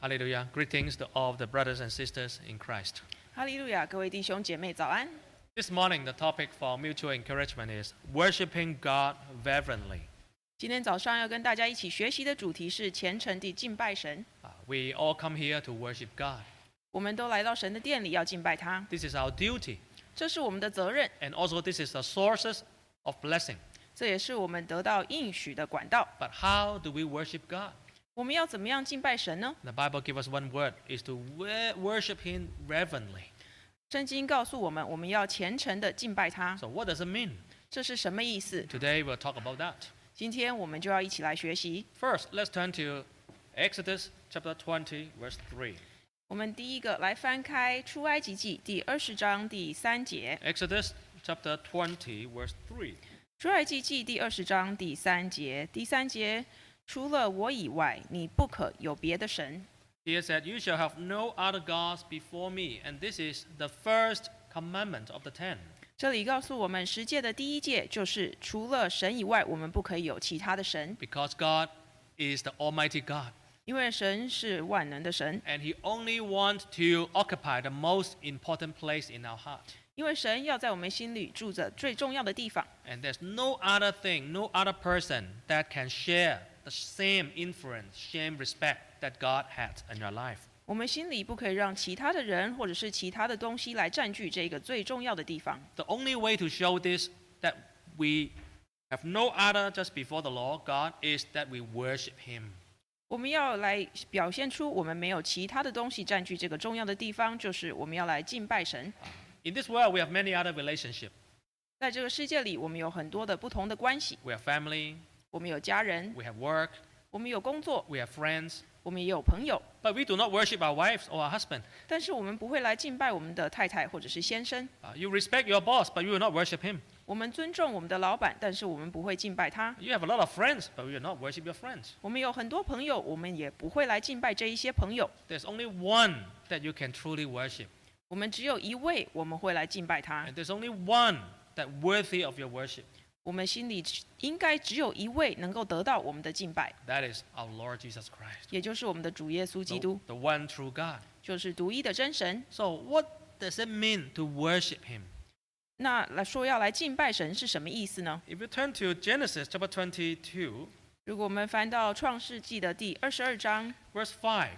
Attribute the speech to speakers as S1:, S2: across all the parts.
S1: Hallelujah. Greetings to all of the brothers and sisters in Christ.
S2: 哈利路亚，各位弟兄姐妹，早安！
S1: This morning, the topic for mutual encouragement is worshiping God reverently.
S2: 今天早上要跟大家一起学习的主题是虔诚地敬拜神。
S1: Uh, we all come here to worship God.
S2: 我们都来到神的殿里要敬拜他，
S1: This is our duty,
S2: 这是我们的责任，
S1: and also this is the sources of blessing.
S2: 这也是我们得到应许的管道。
S1: But how do we worship God?
S2: 我们要怎么样敬拜神呢？
S1: The Bible gives us one word: is to wor- worship Him reverently.
S2: 圣经告诉我们，我们要虔诚地敬拜他，
S1: So, what does it mean?
S2: 这是什么意思？
S1: Today, we'll talk about that.
S2: 今天我们就要一起来学习。
S1: First, let's turn to Exodus chapter 20, verse 3.
S2: 我们第一个来翻开出埃及记第二十章第三节，
S1: Exodus chapter 20, verse 3.
S2: 出埃及记第二十章第三节，第三节，除了我以外，你不可有别的神。
S1: He said, You shall have no other gods before me. And this is the first commandment of the ten.
S2: 这里告诉我们，十诫的第一诫就是除了神以外，我们不可以有其他的神，
S1: Because God is the Almighty God.
S2: 因为神是万能的神，
S1: And He only wants to occupy the most important place in our heart.
S2: 因为神要在我们心里住着最重要的地方，
S1: And there's no other thing, no other person that can share the same influence, same respect that God had in your life.
S2: 我们心里不可以让其他的人或者是其他的东西来占据这个最重要的地方。
S1: The only way to show this that we have no other just before the Lord God is that we worship Him.
S2: 我们要来表现出我们没有其他的东西占据这个重要的地方，就是我们要来敬拜神。
S1: In this world, we have many other relationships.
S2: 在这个世界里，我们有很多的不同的关系，
S1: We have family,
S2: 我们有家人，
S1: we have work,
S2: 我们有工作，
S1: we have friends,
S2: 我们也有朋友，
S1: but we do not worship our wives or our husband.
S2: 但是我们不会来敬拜我们的太太或者是先生。
S1: Uh, you respect your boss, but you will not worship him.
S2: 我们尊重我们的老板，但是我们不会敬拜他。
S1: You have a lot of friends, but you will not worship your friends.
S2: 我们有很多朋友，我们也不会来敬拜这一些朋友。
S1: There's only one that you can truly worship,
S2: 我们只有一位，我们会来敬拜他。
S1: and there's only one that worthy of your worship.
S2: 我们心里只应该只有一位能够得到我们的敬拜，
S1: That is our Lord Jesus Christ,
S2: 也就是我们的主耶稣基
S1: the,
S2: 督，
S1: the one true God.
S2: 就是独一的真神。
S1: So, what does it mean to worship Him?
S2: 那来说要来敬拜神是什么意思呢？
S1: If you turn to Genesis chapter 22,
S2: 如果我们翻到创世纪的第二十二章，
S1: verse 5,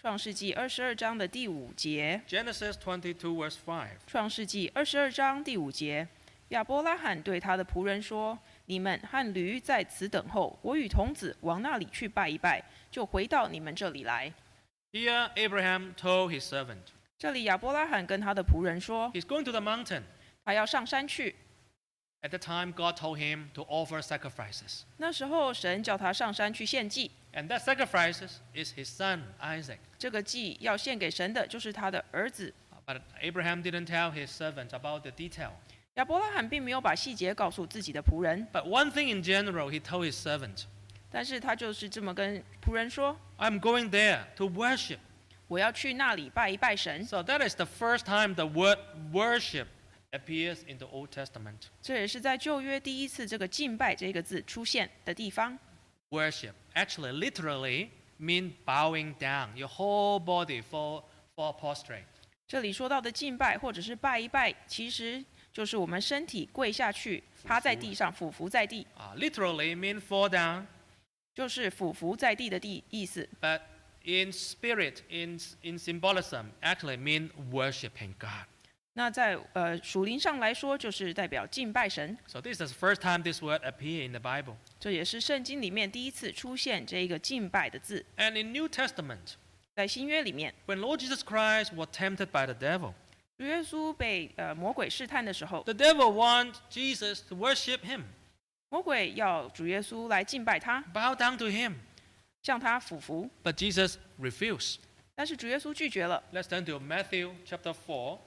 S2: 创世纪二十二章的第五节，
S1: Genesis 22, verse 5.
S2: 创世纪二十二章第五节，亚伯拉罕对他的仆人说：“你们和驴在此等候，我与童子往那里去拜一拜，就回到你们这里来。
S1: Here, Abraham told his servant, ”
S2: 这里亚伯拉罕跟他的仆人说，
S1: He's going to the mountain.
S2: 他要上山去。
S1: At the time, God told him to offer sacrifices.
S2: 那时候神叫他上山去献祭，
S1: And that sacrifices is his son, Isaac.
S2: 这个祭要献给神的就是他的儿子。
S1: But Abraham didn't tell his servant about the detail.
S2: 亚伯拉罕并没有把细节告诉自己的仆人，
S1: But one thing in general, he told his servant,
S2: 但是他就是这么跟仆人说
S1: I'm going there to worship.：“
S2: 我要去那里拜一拜神。
S1: So that is the first time the word worship appears in the Old Testament. ”
S2: 这也是在旧约第一次这个“敬拜”这个字出现的地方。
S1: Worship actually literally mean bowing down, your whole body fall, fall prostrate.
S2: 这里说到的敬拜或者是拜一拜，其实就是我们身体跪下去，趴在地上，俯伏在地，
S1: Uh, literally mean fall down,
S2: 就是俯伏在地的地意思。
S1: but in spirit, in, in symbolism, actually mean worshiping God.
S2: 那在呃属灵上来说，就是代表敬拜神。
S1: So this is the first time this word appear in the Bible.
S2: 这也是圣经里面第一次出现这个敬拜的字。
S1: And in New Testament,
S2: 在新约里面，
S1: when Lord Jesus Christ was tempted by the devil,
S2: 主耶稣被呃魔鬼试探的时候，
S1: the devil wants Jesus to worship him,
S2: 魔鬼要主耶稣来敬拜他，
S1: bow down to him,
S2: 向他俯伏，
S1: but Jesus refused.
S2: 但是主耶稣拒绝了。
S1: Let's turn to Matthew chapter 4,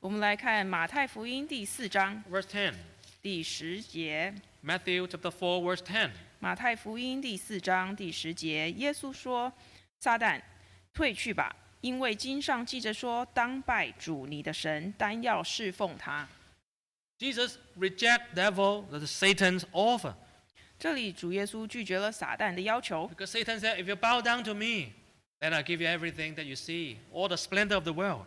S2: 我们来看马太福音第四章
S1: verse 10.
S2: 第十节。
S1: Matthew chapter 4, verse 10.
S2: 马太福音第四章第十节，耶稣说：“撒旦，退去吧，因为经上记着说，当拜主你的神，单要侍奉他。
S1: Jesus reject devil, the Satan's offer. ”
S2: 这里主耶稣拒绝了撒旦的要求，
S1: Because Satan said, if you bow down to me, Then I give you everything that you see, all the splendor of the world.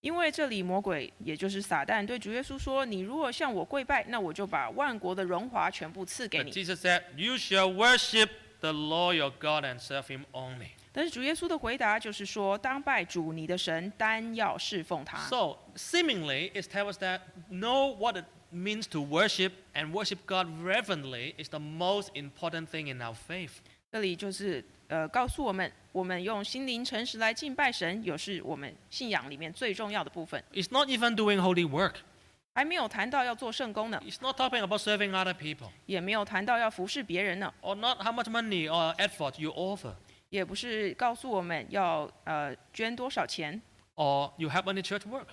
S2: 因为这里魔鬼，也就是撒旦，对主耶稣说：“你如果向我跪拜，那我就把万国的荣华全部赐给
S1: But
S2: 你。
S1: Jesus said, You shall worship the Lord your God and serve him only. ”
S2: 但是主耶稣的回答就是说：“当拜主你的神，单要侍奉他。
S1: So, seemingly, it tells us that know what it means to worship and worship God reverently is the most important thing in our faith. ”
S2: 这里就是呃告诉我们，我们用心灵诚实来敬拜神，有是我们信仰里面最重要的部分。
S1: It's not even doing holy work,
S2: 还没有谈到要做圣功呢，
S1: it's not talking about serving other people,
S2: 也没有谈到要服侍别人呢，
S1: or not how much money or effort you offer,
S2: 也不是告诉我们要呃捐多少钱，
S1: or you have any church work.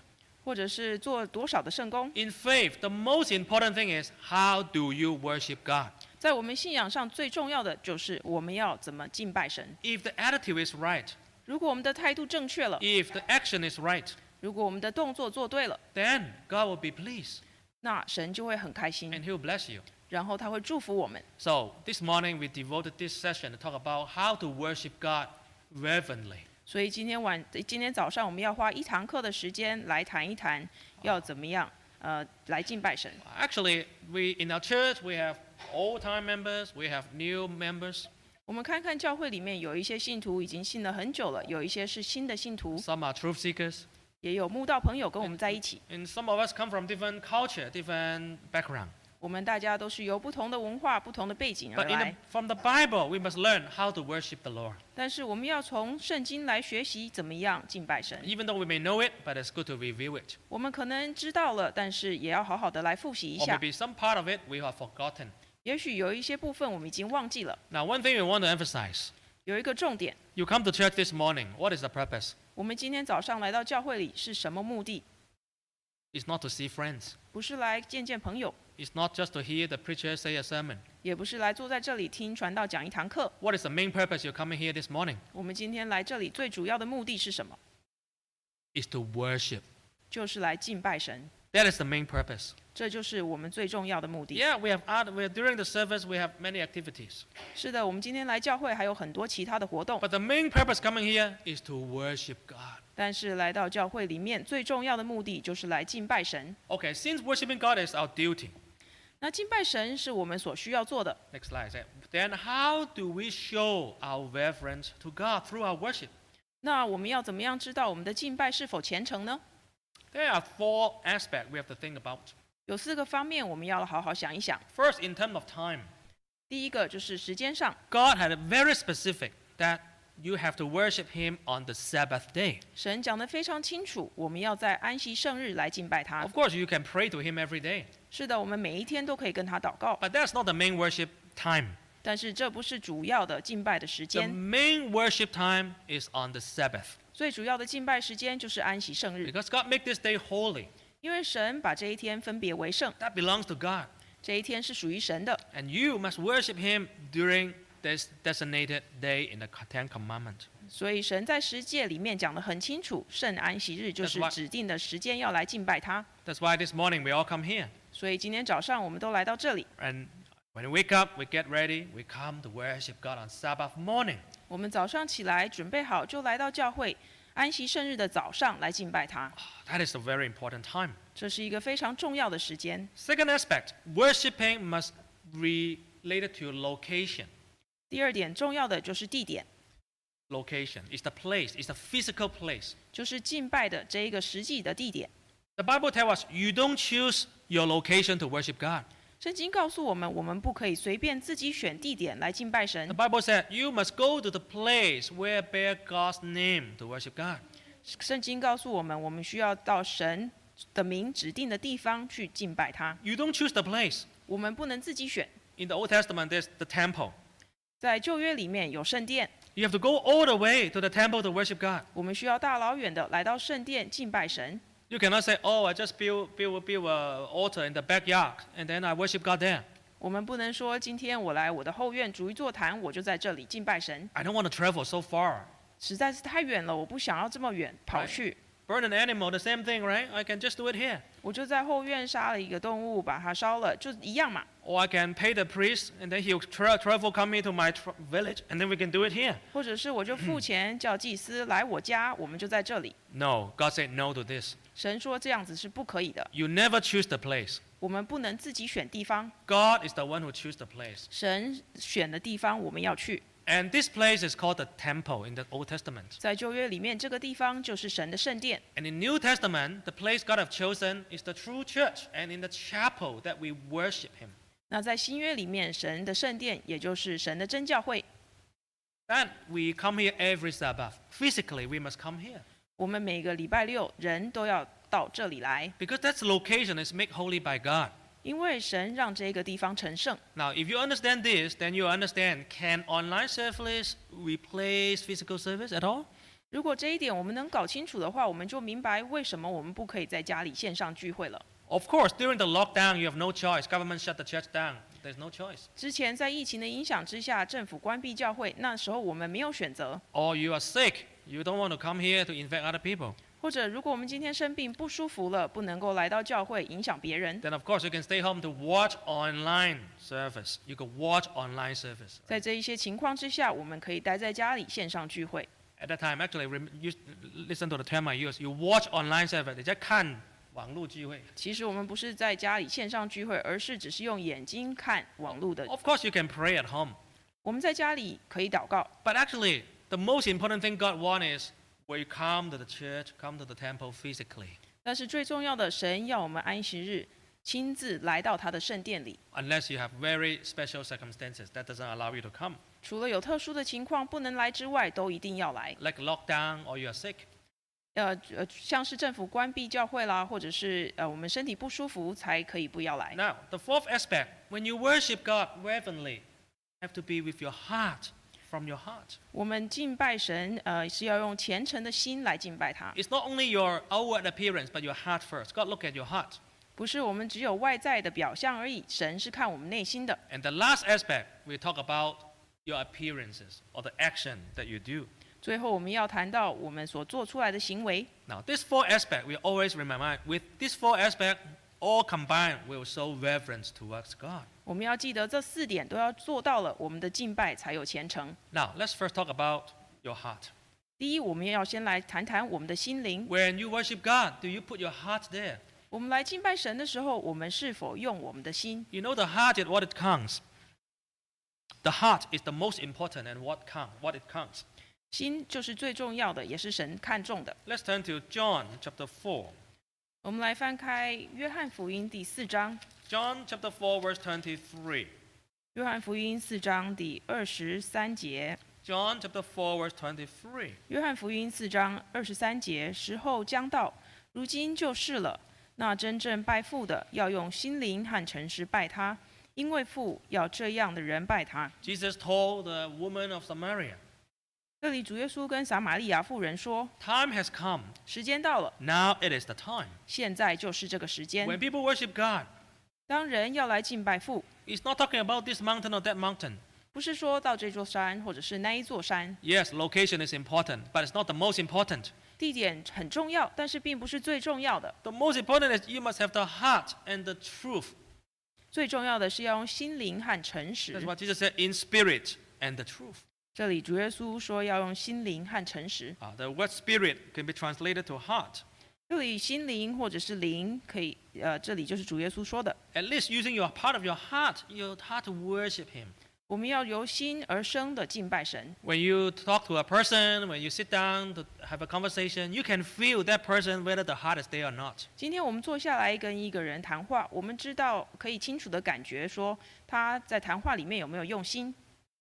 S2: 或者是做多少的圣功。
S1: In faith, the most important thing is how do you worship God?
S2: 在我们信仰上最重要的就是我们要怎么敬拜神。
S1: If the attitude is right,
S2: 如果我们的态度正确了，
S1: if the action is right,
S2: 如果我们的动作做对了，
S1: then God will be pleased
S2: 那神就会很开心，
S1: and He will bless you.
S2: 然后他会祝福我们。
S1: So this morning we devoted this session to talk about how to worship God reverently.
S2: 所以今天晚，今天早上我们要花一堂课的时间来谈一谈，要怎么样呃来敬拜神。
S1: Actually, we in our church we have old-time members, we have new members.
S2: 我们看看教会里面有一些信徒已经信了很久了，有一些是新的信徒，
S1: Some are truth seekers,
S2: 也有慕道朋友跟我们在一起。
S1: and some of us come from different culture, different background.
S2: 我们大家都是由不同的文化、不同的背景而
S1: But in the,
S2: 来，
S1: from the Bible, we must learn how to worship the Lord.
S2: 但是我们要从圣经来学习怎么样敬拜神。
S1: Even though we may know it, but it's good to review it.
S2: 我们可能知道了，但是也要好好的来复习一
S1: Or
S2: 下。
S1: maybe some part of it we have forgotten.
S2: 也许有一些部分我们已经忘记了。
S1: Now, one thing we want to emphasize:
S2: 有一个重点，
S1: you come to church this morning. What is the purpose?
S2: 我们今天早上来到教会里是什么目的？
S1: It's not to see friends.
S2: 不是来见见朋友，
S1: It's not just to hear the preacher say a sermon.
S2: 也不是来坐在这里听传道讲一堂课。
S1: What is the main purpose you're coming here this morning?
S2: 我们今天来这里最主要的目的是什么？
S1: Is to worship.
S2: 就是来敬拜神，
S1: That is the main purpose.
S2: 这就是我们最重要的目的。
S1: Yeah, we have other, we during the service we have many activities,
S2: 是的，我们今天来教会还有很多其他的活动，
S1: but the main purpose coming here is to worship God.
S2: 但是来到教会里面最重要的目的就是来敬拜神。
S1: Okay, since worshiping God is our duty,
S2: 那敬拜神是我们所需要做的，
S1: next slide. eh, Then how do we show our reverence to God through our worship?
S2: 那我们要怎么样知道我们的敬拜是否虔诚呢？
S1: There are four aspects we have to think about.
S2: 有四个方面我们要好好想一想。
S1: First, in terms of time,
S2: 第一个就是时间上，
S1: God had a very specific that you have to worship Him on the Sabbath day.
S2: 神讲得非常清楚，我们要在安息圣日来敬拜他
S1: Of。course, you can pray to Him every day,
S2: 是的，我们每一天都可以跟他祷告，
S1: but that's not the main worship time.
S2: 但是这不是主要的敬拜的时
S1: The
S2: 间，
S1: main worship time is on the Sabbath
S2: 最主要的敬拜时间就是安息圣日，
S1: because God made this day holy.
S2: 因为神把这一天分别为圣，
S1: That belongs to God,
S2: 这一天是属于神的，
S1: and you must worship Him during this designated day in the Ten Commandments.
S2: 所以神在十诫里面讲得很清楚，圣安息日就
S1: That's
S2: 是
S1: why-
S2: 指定的时间要来敬拜他。
S1: That's why this morning we all come here,
S2: 所以今天早上我们都来到这里，
S1: and when we wake up, we get ready, we come to worship God on Sabbath morning.
S2: 我们早上起来准备好就来到教会，安息圣日的早上来敬拜他，
S1: That is a very important time.
S2: 这是一个非常重要的时间。
S1: Second aspect, worshiping must be related to location.
S2: 第二点重要的就是地点，
S1: Location is the place, it's the physical place.
S2: 就是敬拜的这一个实际的地点。
S1: The Bible tells us you don't choose your location to worship God.
S2: 圣经告诉我们，我们不可以随便自己选地点来敬拜
S1: The
S2: 神。
S1: Bible said you must go to the place where bear God's name to worship God.
S2: 圣经告诉我们，我们需要到神的名指定的地方去敬拜他，
S1: You don't choose the place.
S2: 我们不能自己选。
S1: In the Old Testament, there's the temple.
S2: 在旧约里面有圣殿，
S1: You have to go all the way to the temple to worship God.
S2: 我们需要大老远的来到圣殿敬拜神。
S1: You cannot say, "Oh, I just build build build a altar in the backyard and then I worship God there."
S2: 我们不能说今天我来我的后院逐一座坛，我就在这里敬拜神，
S1: I don't want to travel so far.
S2: 实在是太远了，我不想要这么远跑去。
S1: Burn an animal, the same thing, right? I can just do it here.
S2: 我就在后院杀了一个动物，把它烧了，就一样嘛。
S1: Or I can pay the priest and then he'll tra- travel come into my tr- village and then we can do it here.
S2: 或者是我就付钱叫祭司来我家，我们就在这里。
S1: No, God said no to this.
S2: 神说这样子是不可以的，
S1: You never choose the place.
S2: 我们不能自己选地方，
S1: God is the one who chooses the place.
S2: 神选的地方我们要去。
S1: And this place is called the temple in the Old Testament.
S2: 在旧约里面，这个地方就是神的圣殿。
S1: And in New Testament, the place God have chosen is the true church and in the chapel that we worship him.
S2: 那在新约里面，神的圣殿也就是神的真教会。
S1: That we come here every Sabbath. Physically, we must come here
S2: 我们每个礼拜六人都要到这里来，
S1: because that's location is made holy by God.
S2: 因为神让这个地方成圣。
S1: Now, if you understand this, then you understand can online service replace physical service at all?
S2: 如果这一点我们能搞清楚的话，我们就明白为什么我们不可以在家里线上聚会了。
S1: Of course, during the lockdown, you have no choice. Government shut the church down. There's no choice.
S2: 之前在疫情的影响之下，政府关闭教会，那时候我们没有选择。
S1: Or you are sick. You don't want to come here to infect other people.
S2: 或者，如果我们今天生病不舒服了，不能够来到教会影响别人，
S1: Then, of course, you can stay home to watch online service. You can watch online service.
S2: 在这一些情况之下，我们可以待在家里线上聚会。
S1: At that time, actually, rem- you, listen to the term I use. You watch online service. 你在看网络聚会。
S2: 其实我们不是在家里线上聚会，而是只是用眼睛看网络的。
S1: Of course, you can pray at home.
S2: 我们在家里可以祷告，
S1: But actually, the most important thing God wants is we come to the church, come to the temple physically.
S2: 但是最重要的，神要我们安息日亲自来到他的圣殿里。
S1: Unless you have very special circumstances that doesn't allow you to come,
S2: 除了有特殊的情况不能来之外，都一定要来。
S1: like lockdown or you are sick.
S2: 呃呃，像是政府关闭教会啦，或者是呃我们身体不舒服才可以不要来。
S1: Now, the fourth aspect, when you worship God reverently, you have to be with your heart, from your heart.
S2: 我们敬拜神，呃，是要用虔诚的心来敬拜他，
S1: It's not only your outward appearance, but your heart first. God look at your heart.
S2: 不是我们只有外在的表象而已。神是看我们内心的。
S1: And the last aspect, we talk about your appearances or the action that you do.
S2: 最后，我们要谈到我们所做出来的行为，
S1: Now, this four aspect we always remember. With these four aspect, all combined will show reverence towards God.
S2: 我们要记得这四点都要做到了，我们的敬拜才有虔诚。
S1: Now, let's first talk about your heart.
S2: 第一，我们要先来谈谈我们的心灵。
S1: When you worship God, do you put your heart there?
S2: 我们来敬拜神的时候，我们是否用我们的心？
S1: You know the heart is what it counts. The heart is the most important and what count, what it counts.
S2: 心就是最重要的，也是神看重的。
S1: Let's turn to John chapter 4.
S2: 我们来翻开《约翰福音》第四章，《
S1: John chapter 4 verse 23.
S2: 约翰福音》四章第二十三节。
S1: John chapter 4 verse 23.
S2: 约翰福音四章二十三节：时候将到，如今就是了。那真正拜父的，要用心灵和诚实拜他，因为父要这样的人拜他。
S1: Jesus told the woman of Samaria,
S2: 这里主耶稣跟撒玛利亚妇人说
S1: "Time has come.：“
S2: 时间到了，
S1: Now it is the time."
S2: 现在就是这个时间。
S1: When people worship God,
S2: 当人要来敬拜父，
S1: it's not talking about this mountain or that mountain.
S2: 不是说到这座山或者是那一座山，
S1: Yes, location is important, but it's not the most important.
S2: 地点很重要，但是并不是最重要的。
S1: The most important is you must have the heart and the truth.
S2: 最重要的是要用心灵和诚
S1: That's
S2: 实。
S1: what Jesus said in spirit and the truth.
S2: 这里主耶稣说要用心灵和诚实。
S1: Uh, the word spirit can be translated to heart.
S2: 这里心灵或者是灵，可以，呃，这里就是主耶稣说的，
S1: At least using your part of your heart, your heart to worship Him.
S2: 我们要由心而生的敬拜神。
S1: When you talk to a person, when you sit down to have a conversation, you can feel that person whether the heart is there or not.
S2: 今天我们坐下来跟一个人谈话，我们知道可以清楚的感觉说他在谈话里面有没有用心。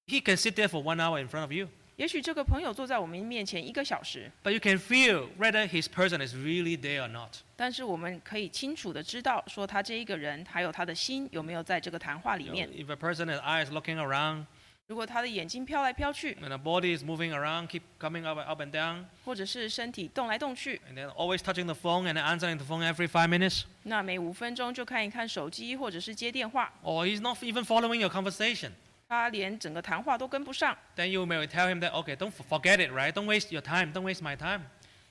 S1: He can sit there for one hour in front of you,
S2: 也许这个朋友坐在我们面前一个小时，
S1: but you can feel whether his person is really there or not.
S2: 但是我们可以清楚的知道说他这一个人还有他的心有没有在这个谈话里
S1: You know,
S2: 面。
S1: if a person has eyes looking around
S2: 如果他的眼睛飘来飘去，
S1: and the body is moving around, keep coming up, up and down,
S2: 或者是身体动来动去，
S1: and then always touching the phone and answering the phone every five minutes,
S2: 那每五分钟就看一看手机或者是接电话，
S1: or he's not even following your conversation,
S2: 他连整个谈话都跟不上。
S1: then you may tell him that, okay, don't f- forget it, right? Don't waste your time, don't waste my time.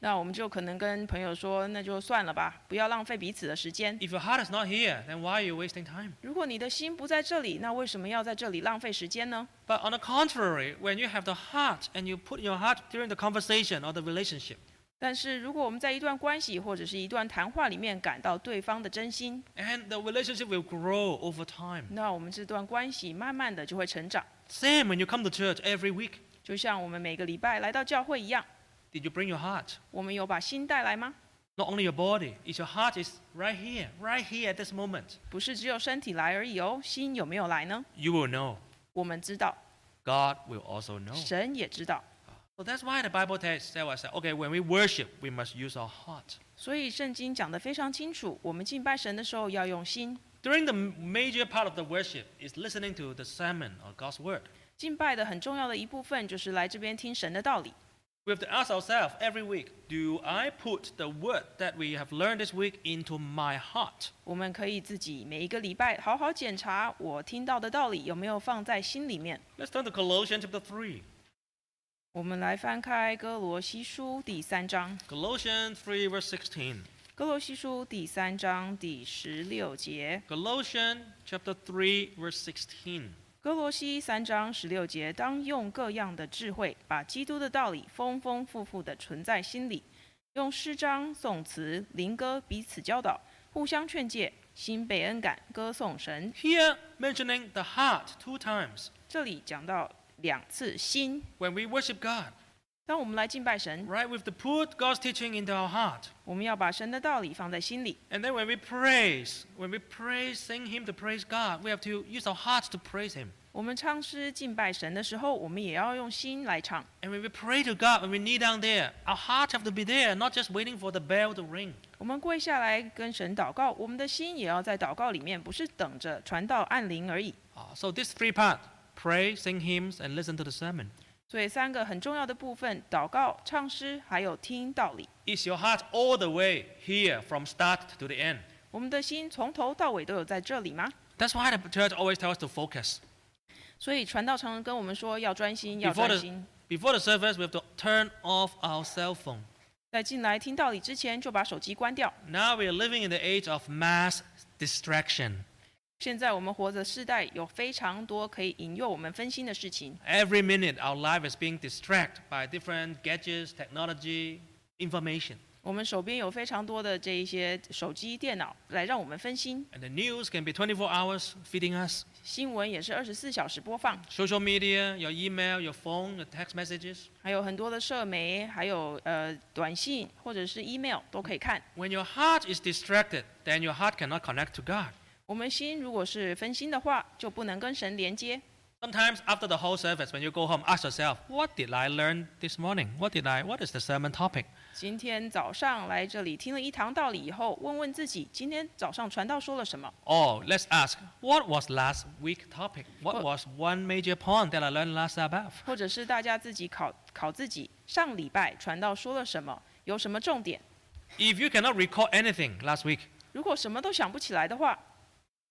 S2: 那我们就可能跟朋友说，那就算了吧，不要浪费彼此的时间。
S1: If your heart is not here, then why are you wasting time?
S2: 如果你的心不在这里，那为什么要在这里浪费时间呢？
S1: But on the contrary, when you have the heart and you put your heart during the conversation or the relationship,
S2: 但是如果我们在一段关系或者是一段谈话里面感到对方的真心，
S1: and the relationship will grow over time.
S2: 那我们这段关系慢慢的就会成长。
S1: Same when you come to church every week.
S2: 就像我们每个礼拜来到教会一样，
S1: Did you bring your heart?
S2: 我们有把心带来吗？
S1: Not only your body, it's your heart is right here, right here at this moment.
S2: 不是只有身体来而已哦，心有没有来呢？
S1: You will know.
S2: 我们知道，
S1: God will also know.
S2: 神也知道。
S1: So that's why the Bible text tells us that okay, when we worship, we must use our heart.
S2: 所以圣经讲得非常清楚，我们敬拜神的时候要用心。
S1: During the m- major part of the worship is listening to the sermon or God's word.
S2: 敬拜的很重要的一部分就是来这边听神的道理。
S1: We have to ask ourselves every week, do I put the word that we have learned this week into my heart?
S2: 我们可以自己每一个礼拜好好检查我听到的道理有没有放在心里面。
S1: Let's turn to Colossians chapter 3.
S2: 我们来翻开哥罗西书第三章，
S1: Colossians 3 verse 16.
S2: 哥罗西书第三章第十六节，
S1: Colossians chapter 3 verse 16.
S2: 哥罗西三章十六节，当用各样的智慧，把基督的道理丰丰富富的存在心里，用诗章、颂词、灵歌彼此教导，互相劝诫，心被恩感，歌颂神。
S1: Here mentioning the heart two times.
S2: 这里讲到两次心，
S1: When we worship God,
S2: 当我们来敬拜神，
S1: right, we've to put God's teaching into our heart.
S2: 我们要把神的道理放在心里。
S1: And then when we praise, when we praise, sing Him to praise God, we have to use our hearts to praise Him.
S2: 我们唱诗敬拜神的时候，我们也要用心来唱。
S1: And when we pray to God, when we kneel down there, our hearts have to be there, not just waiting for the bell to ring.
S2: 我们跪下来跟神祷告，我们的心也要在祷告里面，不是等着传到按铃而已。
S1: Ah, so this three part, pray, sing hymns, and listen to the sermon.
S2: 所以三个很重要的部分：祷告、唱诗，还有听道理。
S1: Is your heart all the way here from start to the end?
S2: 我们的心从头到尾都有在这里吗？
S1: That's why the church always tells us to focus.
S2: 所以传道常常跟我们说要专心，要
S1: Before
S2: 专
S1: the,
S2: 心。
S1: before the service, we have to turn off our cell phone.
S2: 在进来听道理之前，就把手机关掉。
S1: Now we are living in the age of mass distraction.
S2: 现在我们活着世代有非常多可以引诱我们分心的事情，
S1: Every minute, our life is being distracted by different gadgets, technology, information.
S2: 我们手边有非常多的这一些手机、电脑来让我们分心。
S1: And the news can be 24 hours feeding us.
S2: 新闻也是二十四小时播放，
S1: Social media, your email, your phone, your text messages.
S2: 还有很多的社媒，还有呃短信或者是 email 都可以看。
S1: When your heart is distracted, then your heart cannot connect to God.
S2: 我们心如果是分心的话，就不能跟神连接。
S1: Sometimes after the whole service, when you go home, ask yourself, what did I learn this morning? What did I, what is the sermon topic?
S2: 今天早上来这里听了一堂道理以后，问问自己，今天早上传道说了什么？
S1: Or let's ask, what was last week topic? What
S2: What-
S1: was one major point that I learned last Sabbath?
S2: 或者是大家自己考考自己，上礼拜传道说了什么，有什么重点？
S1: If you cannot recall anything last week,
S2: 如果什么都想不起来的话，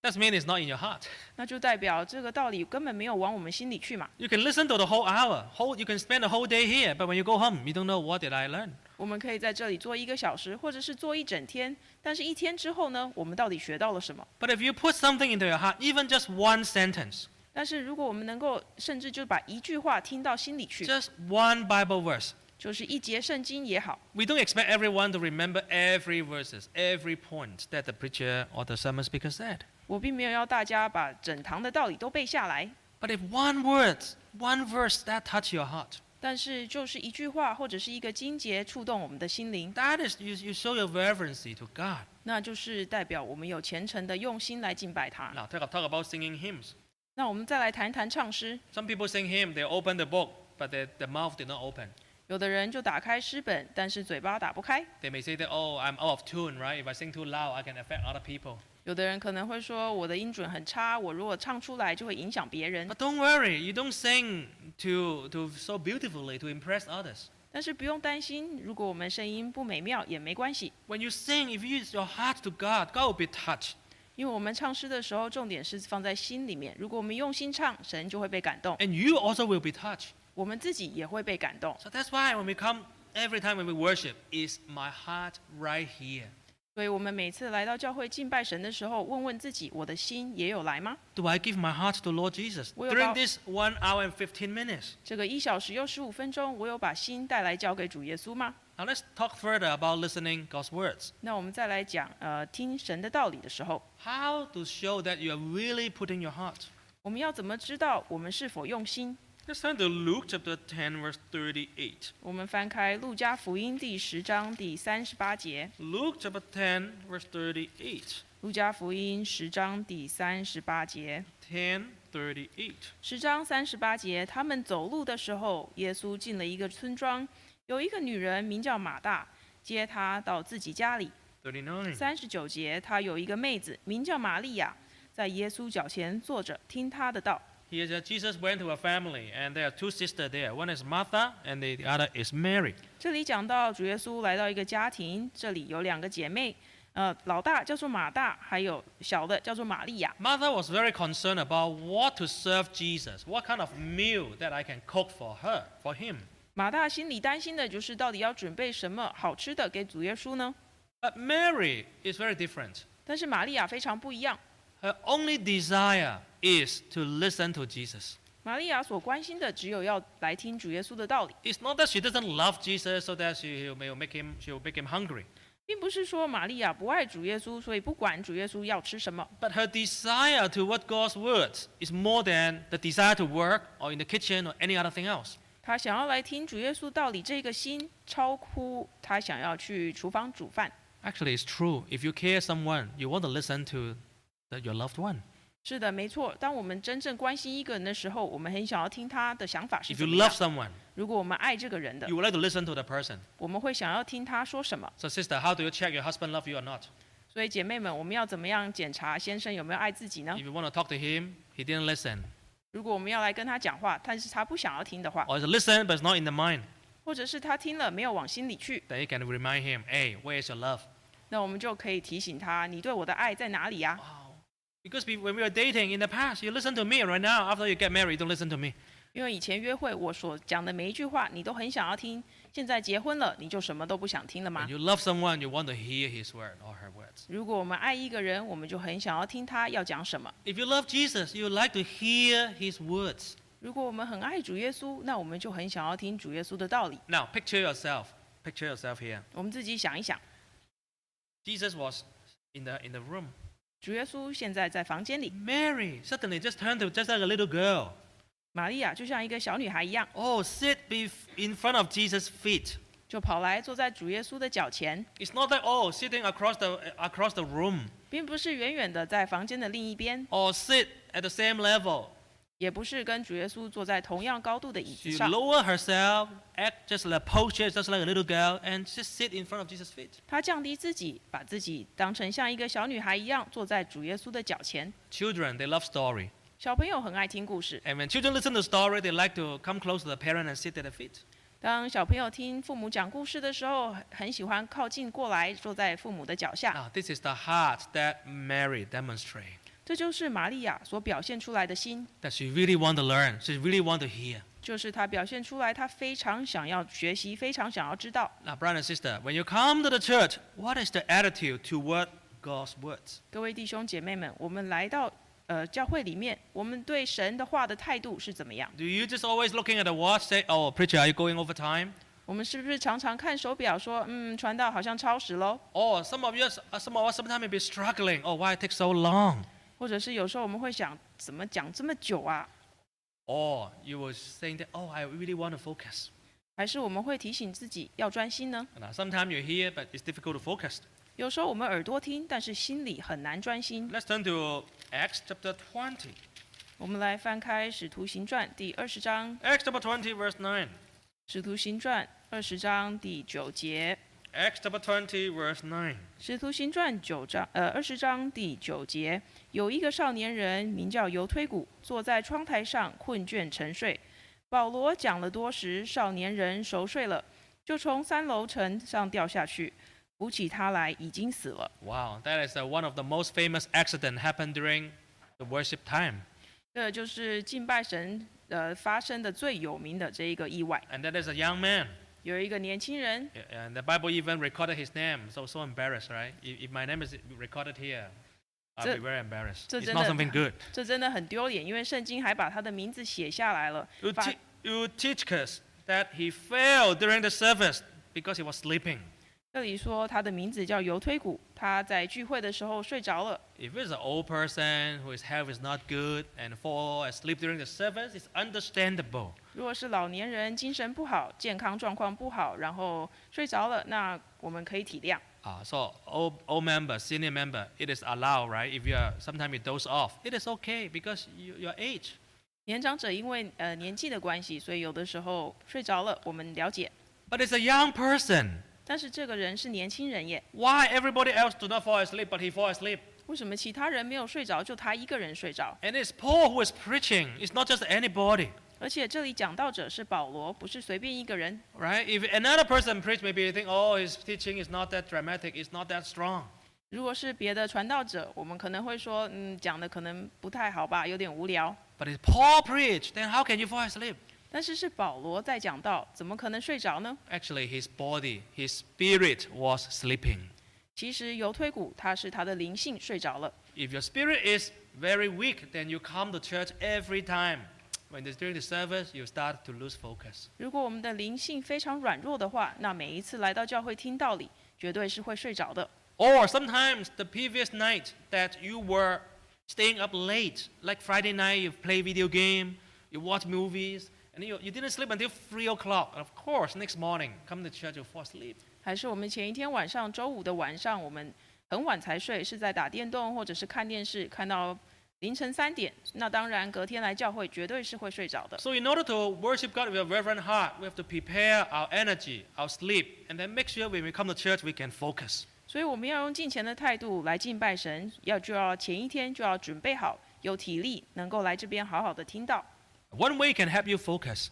S1: that means it's not in your heart.
S2: 那就代表这个道理根本没有往我们心里去嘛。
S1: You can listen to the whole hour, whole, you can spend the whole day here, but when you go home, you don't know what did I learn.
S2: 我们可以在这里做一个小时，或者是做一整天，但是一天之后呢，我们到底学到了什么？
S1: But if you put something into your heart, even just one sentence,
S2: 但是如果我们能够，甚至就把一句话听到心里去，
S1: just one Bible verse,
S2: 就是一节圣经也好，
S1: we don't expect everyone to remember every verses, every point that the preacher or the sermon speaker said.
S2: 我并没有要大家把整堂的道理都背下来，
S1: But if one word, one verse that touch your heart,
S2: 但是就是一句话或者是一个经节触动我们的心灵，
S1: that is you, you show your reverence to God.
S2: 那就是代表我们有虔诚的用心来敬拜他。
S1: Now talk, talk about singing hymns.
S2: 那我们再来谈谈唱诗，
S1: Some people sing hymn, they open the book, but their, their mouth did not open.
S2: 有的人就打开诗本，但是嘴巴打不开；
S1: They may say that, oh, I'm out of tune, right? If I sing too loud, I can affect other people.
S2: 有的人可能会说我的音准很差，我如果唱出来就会影响别人。
S1: But don't worry, you don't sing to, to so beautifully to impress others.
S2: 但是不用担心，如果我们声音不美妙也没关系，
S1: When you sing, if you use your heart to God, God will be touched.
S2: 因为我们唱诗的时候，重点是放在心里面。如果我们用心唱，神就会被感动，
S1: And you also will be touched.
S2: 我们自己也会被感动。
S1: So that's why when we come every time when we worship, is my heart right here?
S2: 所以我们每次来到教会敬拜神的时候，问问自己：我的心也有来吗？
S1: Do I give my heart to Lord Jesus?
S2: What
S1: During
S2: about-
S1: this one hour and 15 minutes.
S2: 这个一小时又十五分钟，我有把心带来交给主耶稣吗？
S1: Now let's talk further about listening God's words.
S2: 那我们再来讲，呃，听神的道理的时候，
S1: How to show that you are really putting your heart.
S2: 我们要怎么知道我们是否用心？
S1: Let's turn to Luke chapter 10, verse 38.
S2: 我们翻开《路加福音》第十章第三十八节，
S1: Luke chapter 10, verse 38.
S2: 《路加福音》十章第三十八节，
S1: 10, 38.
S2: 十章三十八节，他们走路的时候，耶稣进了一个村庄，有一个女人名叫马大，接他到自己家里。
S1: 39.
S2: 三十九节，他有一个妹子名叫玛利亚，在耶稣脚前坐着听他的道。
S1: Here that Jesus went to a family, and there are two sisters there. One is Martha, and the other is Mary.
S2: 这里讲到主耶稣来到一个家庭，这里有两个姐妹，呃，老大叫做马大，还有小的叫做玛利亚。
S1: Martha was very concerned about what to serve Jesus, what kind of meal that I can cook for her, for him.
S2: 马大心里担心的就是到底要准备什么好吃的给主耶稣呢？
S1: But Mary is very different.
S2: 但是玛利亚非常不一样，
S1: Her only desire is to listen to Jesus.
S2: 玛利亚所关心的只有要来听主耶稣的道理，
S1: It's not that she doesn't love Jesus so that she he'll- will make him she'll make him hungry.
S2: 并不是说玛利亚不爱主耶稣，所以不管主耶稣要吃什么。
S1: But her desire toward God's words is more than the desire to work or in the kitchen or any other thing else.
S2: 她想要来听主耶稣道理，这个心超乎她想要去厨房煮饭。
S1: Actually, it's true. If you care someone, you want to listen to the, your loved one.
S2: 是的，没错。当我们真正关心一个人的时候，我们很想要听他的想法是
S1: If you
S2: 怎么样
S1: love。someone,
S2: 如果我们爱这个人的
S1: you，would like to listen to the person.
S2: 我们会想要听他说什么。
S1: So, sister, how do you check your husband love you or not?
S2: 所以姐妹们，我们要怎么样检查先生有没有爱自己呢
S1: If？you want to talk to him, he didn't listen,
S2: 如果我们要来跟他讲话，但是他不想要听的话，
S1: or he listened but it's not in the mind,
S2: 或者是他听了没有往心里去，
S1: then you can remind him, "Hey, where is your love?"
S2: 那我们就可以提醒他：你对我的爱在哪里啊呀、
S1: Wow. Because we, when we were dating in the past, you listen to me. Right now, after you get married, you don't listen to me.
S2: 因为以前约会我所讲的每一句话，你都很想要听；现在结婚了，你就什么都不想听了吗
S1: When？you love someone, you want to hear his word or her words.
S2: 如果我们爱一个人，我们就很想要听他要讲什么。
S1: If you love Jesus, you like to hear his words.
S2: 如果我们很爱主耶稣，那我们就很想要听主耶稣的道理。
S1: Now, picture yourself. Picture yourself here.
S2: 我们自己想一想，
S1: Jesus was in the in the room.
S2: 主耶稣现在在房间里，
S1: Mary suddenly just turned to just like a little girl.
S2: 玛利亚就像一个小女孩一样，
S1: Oh, sit be in front of Jesus' feet.
S2: 就跑来坐在主耶稣的脚前，
S1: It's not that oh, sitting across the across the room
S2: 并不是远远的在房间的另一边，
S1: or sit at the same level.
S2: 也不是跟主耶稣坐在同样高度的椅子
S1: She
S2: 上，
S1: lower herself, act just like a posture, just like a little girl, and just sit in front of Jesus' feet.
S2: 她降低自己，把自己当成像一个小女孩一样坐在主耶稣的脚前。
S1: Children, they love story.
S2: 小朋友很爱听故事，
S1: And when children listen to story, they like to come close to the parent and sit at their feet.
S2: 当小朋友听父母讲故事的时候，很喜欢靠近过来，坐在父母的脚下。
S1: Now, this is the heart that Mary demonstrates.
S2: 这就是玛利亚所表现出来的心，
S1: That she really want to learn. She really want to hear.
S2: 就是她表现出来，她非常想要学习，非常想要知道。
S1: Now, brother and sister, when you come to the church, what is the attitude toward God's words?
S2: 各位弟兄姐妹们，我们来到呃教会里面，我们对神的话的态度是怎么样？
S1: Do you just always looking at the watch say, "Oh, preacher, are you going over time?"
S2: 我们是不是常常看手表说，嗯，传道好像超时喽？
S1: Or some of you, some of us sometimes may be struggling. Oh, why it takes so long?
S2: 或者是有时候我们会想，怎么讲这么久啊？
S1: Or you were saying that, "Oh, I really want to focus."
S2: 还是我们会提醒自己要专心呢？
S1: Now, sometimes you hear, but it's difficult to focus.
S2: 有时候我们耳朵听，但是心里很难专心。
S1: Let's turn to Acts chapter 20.
S2: 我们来翻开《使徒行传》第二十章，
S1: Acts chapter 20, verse 9.
S2: 《使徒行传》二十章第九节，
S1: Acts chapter 20, verse 9.
S2: 《使徒行传》九章，呃，二十章第九节，有一个少年人名叫尤推古，坐在窗台上困倦沉睡。保罗讲了多时，少年人熟睡了，就从三楼层上掉下去，扶起他来，已经死了。
S1: Wow, that is uh, one of the most famous accident happened during the worship time,
S2: 这就是敬拜神呃发生的最有名的这一个意外，
S1: and that is a young man.
S2: 有一个年轻人，
S1: Yeah, And the Bible even recorded his name. So so embarrassed, right? If, if my name is recorded here, I'll
S2: 这-
S1: be very embarrassed.
S2: 这
S1: It's
S2: 真
S1: not
S2: 的
S1: something good.
S2: 这真的很丢脸，因为圣经还把他的名字写下来了。
S1: You,
S2: 发
S1: te- you teach us that he fell during the service because he was sleeping.
S2: 这里说他的名字叫尤推古，他在聚会的时候睡着了。
S1: If it's an old person whose health is not good and fall asleep during the service, it's understandable.
S2: 如果是老年人精神不好、健康状况不好，然后睡着了，那我们可以体谅。
S1: Uh, so old, old member, senior member, it is allowed, right? If you are sometimes you doze off, it is okay because you, your age.
S2: 年长者因为呃年纪的关系，所以有的时候睡着了，我们了解。
S1: But it's a young person.
S2: 但是这个人是年轻人耶，
S1: Why everybody else do not fall asleep, but he fall asleep?
S2: 为什么其他人没有睡着，就他一个人睡着？
S1: And it's Paul who is preaching. It's not just anybody,
S2: 而且这里讲到者是保罗，不是随便一个人。
S1: right? If another person preach, maybe you think, oh, his teaching is not that dramatic, it's not that strong.
S2: 如果是别的传道者，我们可能会说，嗯，讲的可能不太好吧，有点无聊。
S1: But if Paul preached, then how can you fall asleep?
S2: 但是是保罗在讲道，怎么可能睡着呢？
S1: Actually, his body, his spirit was sleeping.
S2: 其实犹推古他是他的灵性睡着了。
S1: If your spirit is very weak, then you come to church every time. When it's during the service, you start to lose focus.
S2: 如果我们的灵性非常软弱的话，那每一次来到教会听道理，绝对是会睡着的。
S1: Or sometimes the previous night that you were staying up late, like Friday night, you play video game, you watch movies, and you, you didn't sleep until 3 o'clock. And of course, next morning, come to church, you fall asleep.
S2: 还是我们前一天晚上，周五的晚上，我们很晚才睡，是在打电动或者是看电视，看到凌晨三点。那当然，隔天来教会绝对是会睡着的。
S1: So in order to worship God with a reverent heart, we have to prepare our energy, our sleep, and then make sure when we come to church, we can focus.
S2: 所以我们要用敬虔的态度来敬拜神，要就要前一天就要准备好，有体力能够来这边好好的听到。
S1: One way can help you focus.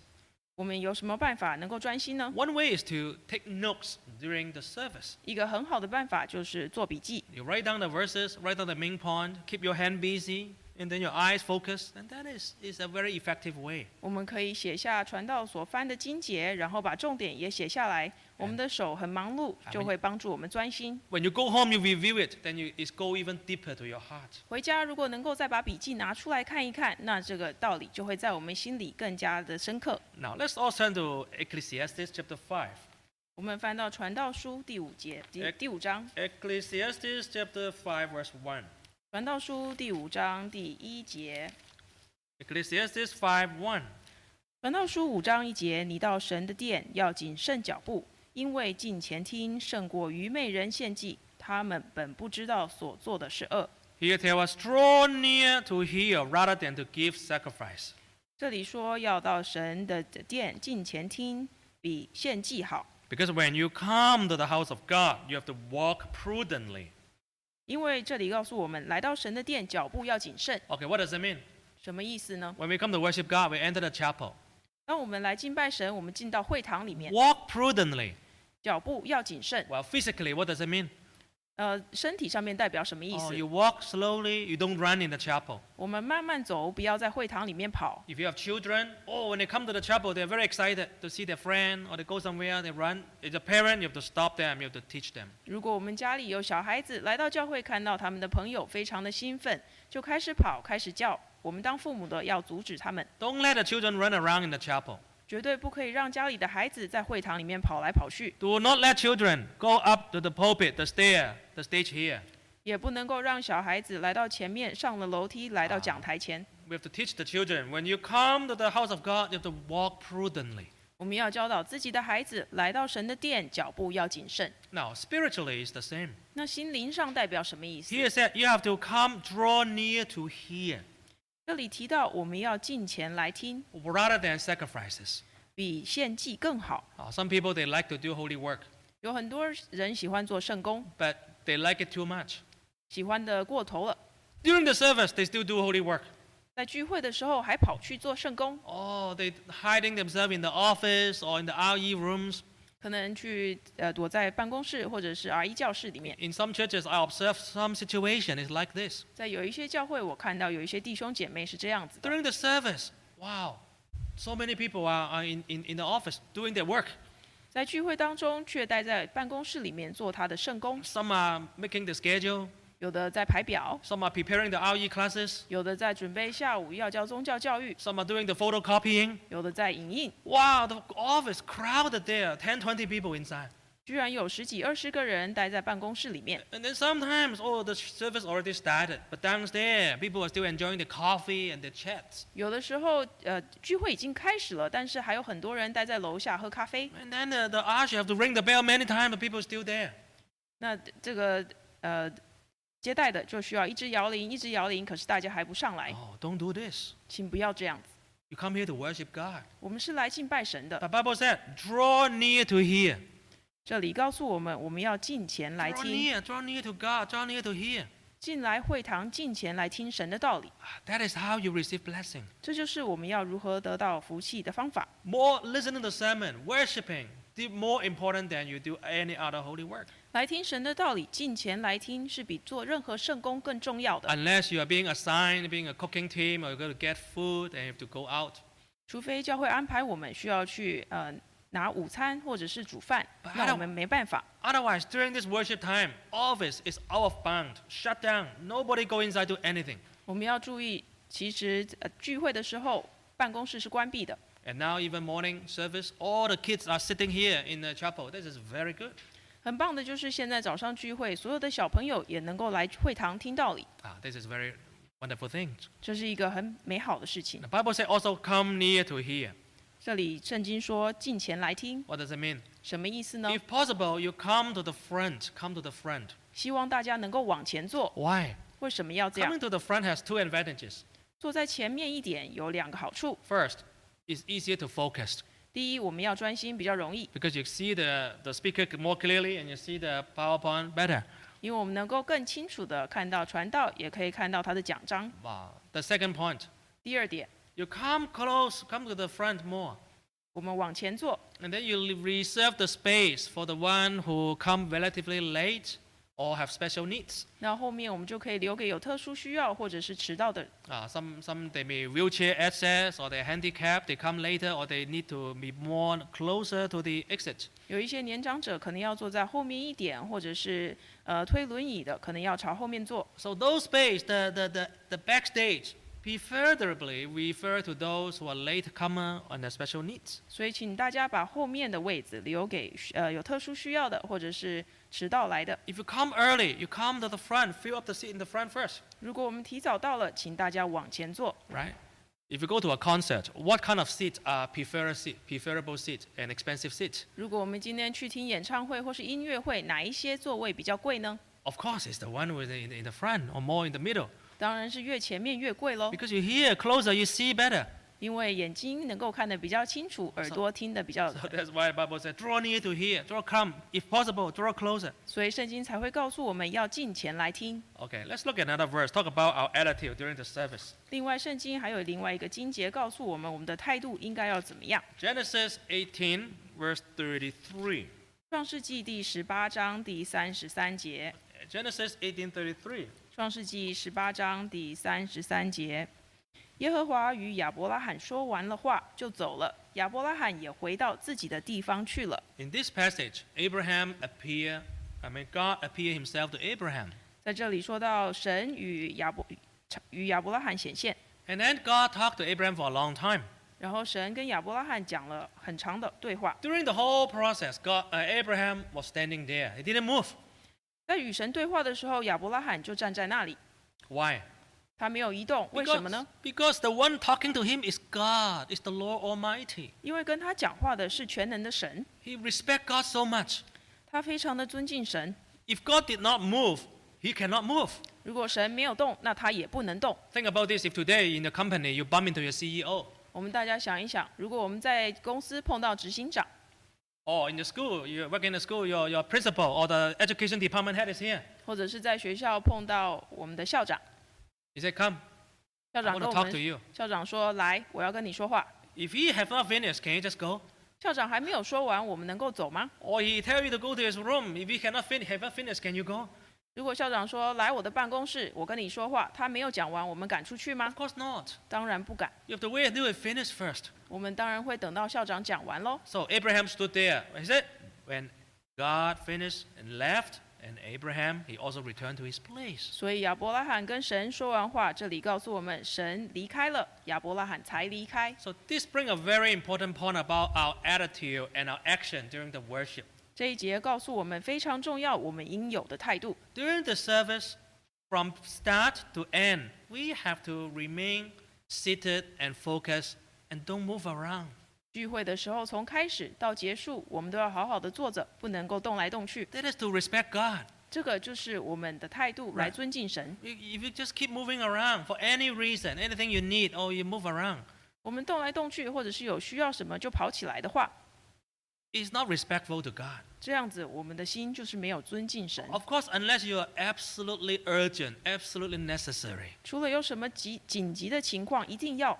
S2: 我们有什么办法能够专心呢？
S1: One way is to take notes during the service.
S2: 一个很好的办法就是做笔记，
S1: You write down the verses, write down the main point, keep your hand busy, and then your eyes focused, and that is, is a very effective way.
S2: 我们可以写下传道所翻的经节，然后把重点也写下来。我们的手很忙碌，就会帮助我们专心。
S1: When you go home, you review it, then you, it go even deeper to your heart.
S2: 回家如果能够再把笔记拿出来看一看，那这个道理就会在我们心里更加的深刻。
S1: Now let's all turn to Ecclesiastes chapter 5.
S2: 我们翻到《传道书》第五节，第
S1: 哎
S2: 第五章，《
S1: Ecclesiastes chapter 5, verse 1.
S2: 传道书》第五章第一节，《
S1: Ecclesiastes 5, 1.
S2: 传道书》五章一节：你到神的殿要谨慎脚步，因为进前听胜过愚昧人献祭，他们本不知道所做的是恶。
S1: Here tell us, draw near to heal rather than to give sacrifice.
S2: 这里说要到神的殿近前听，比献祭好，
S1: Because when you come to the house of God, you have to walk prudently.
S2: 因为这里告诉我们，来到神的殿脚步要谨慎。
S1: Okay, what does it mean?
S2: 什么意思呢？
S1: When we come to worship God, we enter the chapel.
S2: 当我们来敬拜神，我们进到会堂里面，
S1: Walk prudently.
S2: 脚步要谨慎。
S1: Well, physically, what does it mean?
S2: 呃，身体上面代表什么意
S1: Oh,
S2: 思？
S1: you walk slowly, you don't run in the chapel.
S2: 我们慢慢走，不要在会堂里面跑。
S1: If you have children, oh, when they come to the chapel, they're very excited to see their friend or they go somewhere, they run. As a parent, you have to stop them, you have to teach them.
S2: 如果我们家里有小孩子来到教会，看到他们的朋友非常的兴奋，就开始跑，开始叫。我们当父母的要阻止他们，
S1: Don't let the children run around in the chapel.
S2: 绝对不可以让家里的孩子在会堂里面跑来跑去。
S1: Do not let children go up to the pulpit, the stair, the stage here.
S2: 也不能够让小孩子来到前面，上了楼梯来到讲台前。
S1: We have to teach the children when you come to the house of God, you have to walk prudently.
S2: 我们要教导自己的孩子来到神的殿，脚步要谨慎。
S1: Now, spiritually, it's the same.
S2: 那心灵上代表什么意思？
S1: Here it said you have to come draw near to hear
S2: 这里提到我们要进前来听，
S1: rather than sacrifices.
S2: 比献祭更好。
S1: Uh, some people they like to do holy work,
S2: 有很多人喜欢做圣功，
S1: but they like it too much.
S2: 喜欢的过头了，
S1: During the service, they still do holy work.
S2: 在聚会的时候还跑去做圣功，
S1: Oh, they hiding themselves in the office or in the RE rooms.
S2: 可能去呃躲在办公室或者是 R 一教室里面。
S1: In some churches, I observe some situation is like this.
S2: 在有一些教会，我看到有一些弟兄姐妹是这样子的，
S1: During the service, wow, so many people are, are in, in, in the office doing their work.
S2: 在聚会当中却待在办公室里面做他的圣工，
S1: Some are making the schedule.
S2: 有的在排表，
S1: Some are preparing the RE classes.
S2: 有的在准备下午要教宗教教育，
S1: Some are doing the photocopying.
S2: 有的在影印，
S1: Wow, the office crowded there, 10, 20 people inside.
S2: 居然有十几二十个人待在办公室里面。
S1: And then sometimes, oh, the service already started, but downstairs, people are still enjoying the coffee and the chats.
S2: 有的时候，呃，聚会已经开始了，但是还有很多人待在楼下喝咖啡。
S1: And then uh, the usher have to ring the bell many times, but people are still there.
S2: 那这个呃，接待的就需要一直摇铃，一直摇铃，可是大家还不上来，
S1: Oh, don't do this.
S2: 请不要这样子。
S1: You come here to worship God.
S2: 我们是来敬拜神的。
S1: The Bible said, draw near to here.
S2: 这里告诉我们，我们要进前来
S1: Draw
S2: 听，
S1: near, draw near to God, draw near to here.
S2: 进来会堂，进前来听神的道理。
S1: Ah, That is how you receive blessing.
S2: 这就是我们要如何得到福气的方法。
S1: More listening to sermon, worshiping, the more important than you do any other holy work.
S2: 来听神的道理，进前来听是比做任何圣功更重要的。
S1: Unless you are being assigned, being a cooking team, or you're going to get food and you have to go out.
S2: 除非教会安排我们需要去呃拿午餐或者是煮饭，
S1: But I
S2: 那
S1: don't-
S2: 我们没办法。
S1: Otherwise, during this worship time, office is out of bound, shut down. Nobody go inside to anything.
S2: 我们要注意，其实、呃、聚会的时候办公室是关闭的。
S1: And now even morning service, all the kids are sitting here in the chapel. This is very good.
S2: 很棒的就是现在早上聚会，所有的小朋友也能够来会堂听道理，
S1: Ah, this is very wonderful thing.
S2: 这是一个很美好的事情
S1: The。Bible says also come near to here.
S2: 这里圣经说进前来听，
S1: What does it mean?
S2: 什么意思呢？
S1: If possible, you come to the front. Come to the front.
S2: 希望大家能够往前坐。
S1: Why?
S2: 为什么要这样
S1: Coming？to the front has two advantages.
S2: 坐在前面一点有两个好处：
S1: First, it's easier to focus
S2: 第一，我们要专心比较容易，
S1: because you see the, the speaker more clearly and you see the PowerPoint better.
S2: 因为我们能够更清楚地看到传道，也可以看到他的奖章。
S1: Wow. The second point,
S2: 第二点，
S1: you come close, come to the front more.
S2: 我们往前坐，
S1: And then you le- reserve the space for the one who come relatively late or have special needs.
S2: 那后面我们就可以留给有特殊需要或者是迟到的
S1: Uh, some, some they may wheelchair access or they're handicapped, they come later or they need to be more closer to the exit.
S2: 有一些年长者可能要坐在后面一点，或者是呃推轮椅的可能要朝后面坐。
S1: So those space, the, the, the, the backstage, preferably refer to those who are latecomer and have special needs.
S2: 所以，请大家把后面的位子留给需呃有特殊需要的或者是迟到来的。
S1: If you come early, you come to the front, fill up the seat in the front first,
S2: 如果我们提早到了，请大家往前坐。
S1: right? If you go to a concert, what kind of seat are prefer seat, preferable seat and expensive seat?
S2: 如果我们今天去听演唱会或是音乐会，哪一些座位比较贵呢？
S1: Of course, it's the one with in, in the front or more in the middle.
S2: 当然是越前面越贵喽，
S1: Because you hear closer, you see better.
S2: 因为眼睛能够看得比较清楚，耳朵听得比较，
S1: So that's why the Bible says, draw near to here, draw come, if possible, draw closer.
S2: 所以圣经才会告诉我们要进前来听。
S1: Okay, let's look at another verse. Talk about our attitude during the service.
S2: 另外，圣经还有另外一个经节告诉我们，我们的态度应该要怎么样。
S1: Genesis 18, verse 33.
S2: 创世纪第十八章第三十三节，
S1: Genesis 18:33.
S2: 创世纪十八章第三十三节，耶和华与亚伯拉罕说完了话，就走了。亚伯拉罕也回到自己的地方去了。
S1: In this passage, Abraham appear, I mean God appear himself to Abraham.
S2: 在这里说到神与亚伯与亚伯拉罕显现，
S1: And then God talked to Abraham for a long time.
S2: 然后神跟亚伯拉罕讲了很长的对话。
S1: During the whole process, God, uh, Abraham was standing there. He didn't move.
S2: 在与神对话的时候，亚伯拉罕就站在那里，
S1: Why?
S2: 他没有移动，为什么呢？
S1: because the one talking to him is God, is the Lord Almighty.
S2: 因为跟他讲话的是全能的神，
S1: He respect God so much.
S2: 他非常的尊敬神。
S1: If God did not move, he cannot move.
S2: 如果神没有动，那他也不能动。
S1: Think about this if today in the company you bump into your E CEO
S2: 我们大家想一想，如果我们在公司碰到执行长，
S1: or in the school, you work in the school, your, your principal or the education department head is here.
S2: 或者是在学校碰到我们的校长，
S1: He said, Come,
S2: 校
S1: I
S2: 长
S1: want
S2: 跟
S1: to
S2: 我
S1: talk to
S2: 们
S1: you.
S2: 校长说：“来，我要跟你说话。
S1: If he have not finished, can you just go? ”
S2: 校长还没有说完，我们能够走吗？
S1: Or he tell you to go to his room. If he cannot finish, have not finished, can you go?
S2: 如果校长说来我的办公室，我跟你说话，他没有讲完，我们敢出去吗
S1: Of？course not.
S2: 当然不敢，
S1: You have to wait until he finish first.
S2: 我们当然会等到校长讲完喽。
S1: So Abraham stood there. He said, when God finished and left, and Abraham, he also returned to his place.
S2: 所以亚伯拉罕跟神说完话，这里告诉我们，神离开了，亚伯拉罕才离开。
S1: So this brings a very important point about our attitude and our action during the worship.
S2: 这一节告诉我们非常重要，我们应有的态度。
S1: During the service, from start to end, we have to remain seated and focused and don't move around.
S2: 聚会的时候，从开始到结束，我们都要好好的坐着，不能够动来动去。
S1: That is to respect God.
S2: 这个就是我们的态度，
S1: Right.
S2: 来尊敬神。
S1: If if you just keep moving around for any reason, anything you need, or you move around,
S2: 我们动来动去，或者是有需要什么就跑起来的话，
S1: it's not respectful to God.
S2: 这样子我们的心就是没有尊敬神。
S1: Of course, unless you are absolutely urgent, absolutely necessary,
S2: 除了有什么急紧急的情况，一定要，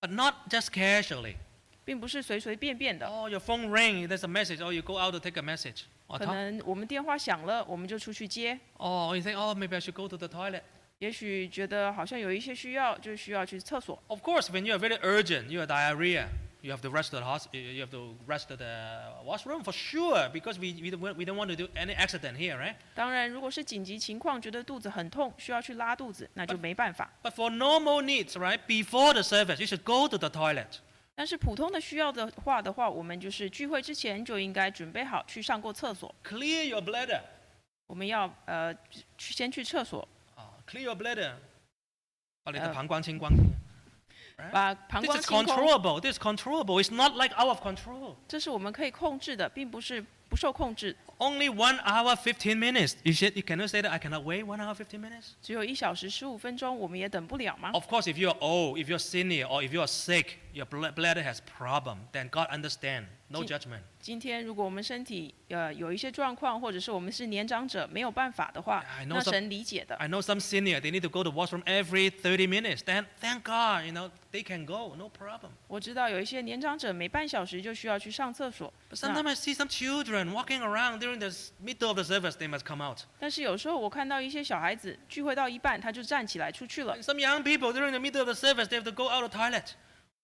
S1: but not just casually.
S2: 并不是随随便便的。
S1: Oh, your phone ring, there's a message, or you go out to take a message. Or,
S2: 可
S1: talk,
S2: 能我们电话响了，我们就出去接。
S1: or you think, oh, maybe I should go to the toilet.
S2: 也许觉得好像有一些需要，就需要去厕所。
S1: Of course, when you are very urgent, you have diarrhea, you have to rush to the hos- you- you have to rush to the washroom for sure, because we, we, don't, want- we don't want to do any accident here, right?
S2: 当然，如果是紧急情况，觉得肚子很痛，需要去拉肚子，那就没办法。
S1: But for normal needs, right, before the service, you should go to the toilet.
S2: 但是普通的需要的话的话，我们就是聚会之前就应该准备好去上过厕所。
S1: Clear your bladder.
S2: 我们要呃去先去厕所，
S1: Oh, clear your bladder. Oh,
S2: 呃，
S1: 把你的膀胱清光。
S2: 把膀
S1: This
S2: 胱
S1: is
S2: 清空。
S1: controllable. This is controllable. It's not like out of control.
S2: 这是我们可以控制的，并不是不受控制。
S1: Only one hour, 15 minutes. You, should, you cannot say that I cannot wait one hour, 15 minutes.
S2: 只有一小时十五分钟，我们也等不了吗？
S1: Of course, if you're old, if you're senior, or if you're sick, your bla- bladder has problem, then God understand. No
S2: Ki-
S1: judgment.
S2: 今天如果我们身体呃有一些状况，或者是我们是年长者没有办法的话
S1: Yeah, I，know
S2: 那
S1: some-
S2: 神理解的。
S1: I know some senior, they need to go to washroom every 30 minutes. Then thank God, you know, they can go. No problem.
S2: 我知道有一些年长者每半小时就需要去上厕所，
S1: But
S2: 那
S1: sometimes I see some children walking around during the s- middle of the service, they must come out.
S2: 但是有时候我看到一些小孩子聚会到一半，他就站起来出去了
S1: And。some young people during the middle of the service, they have to go out of the toilet.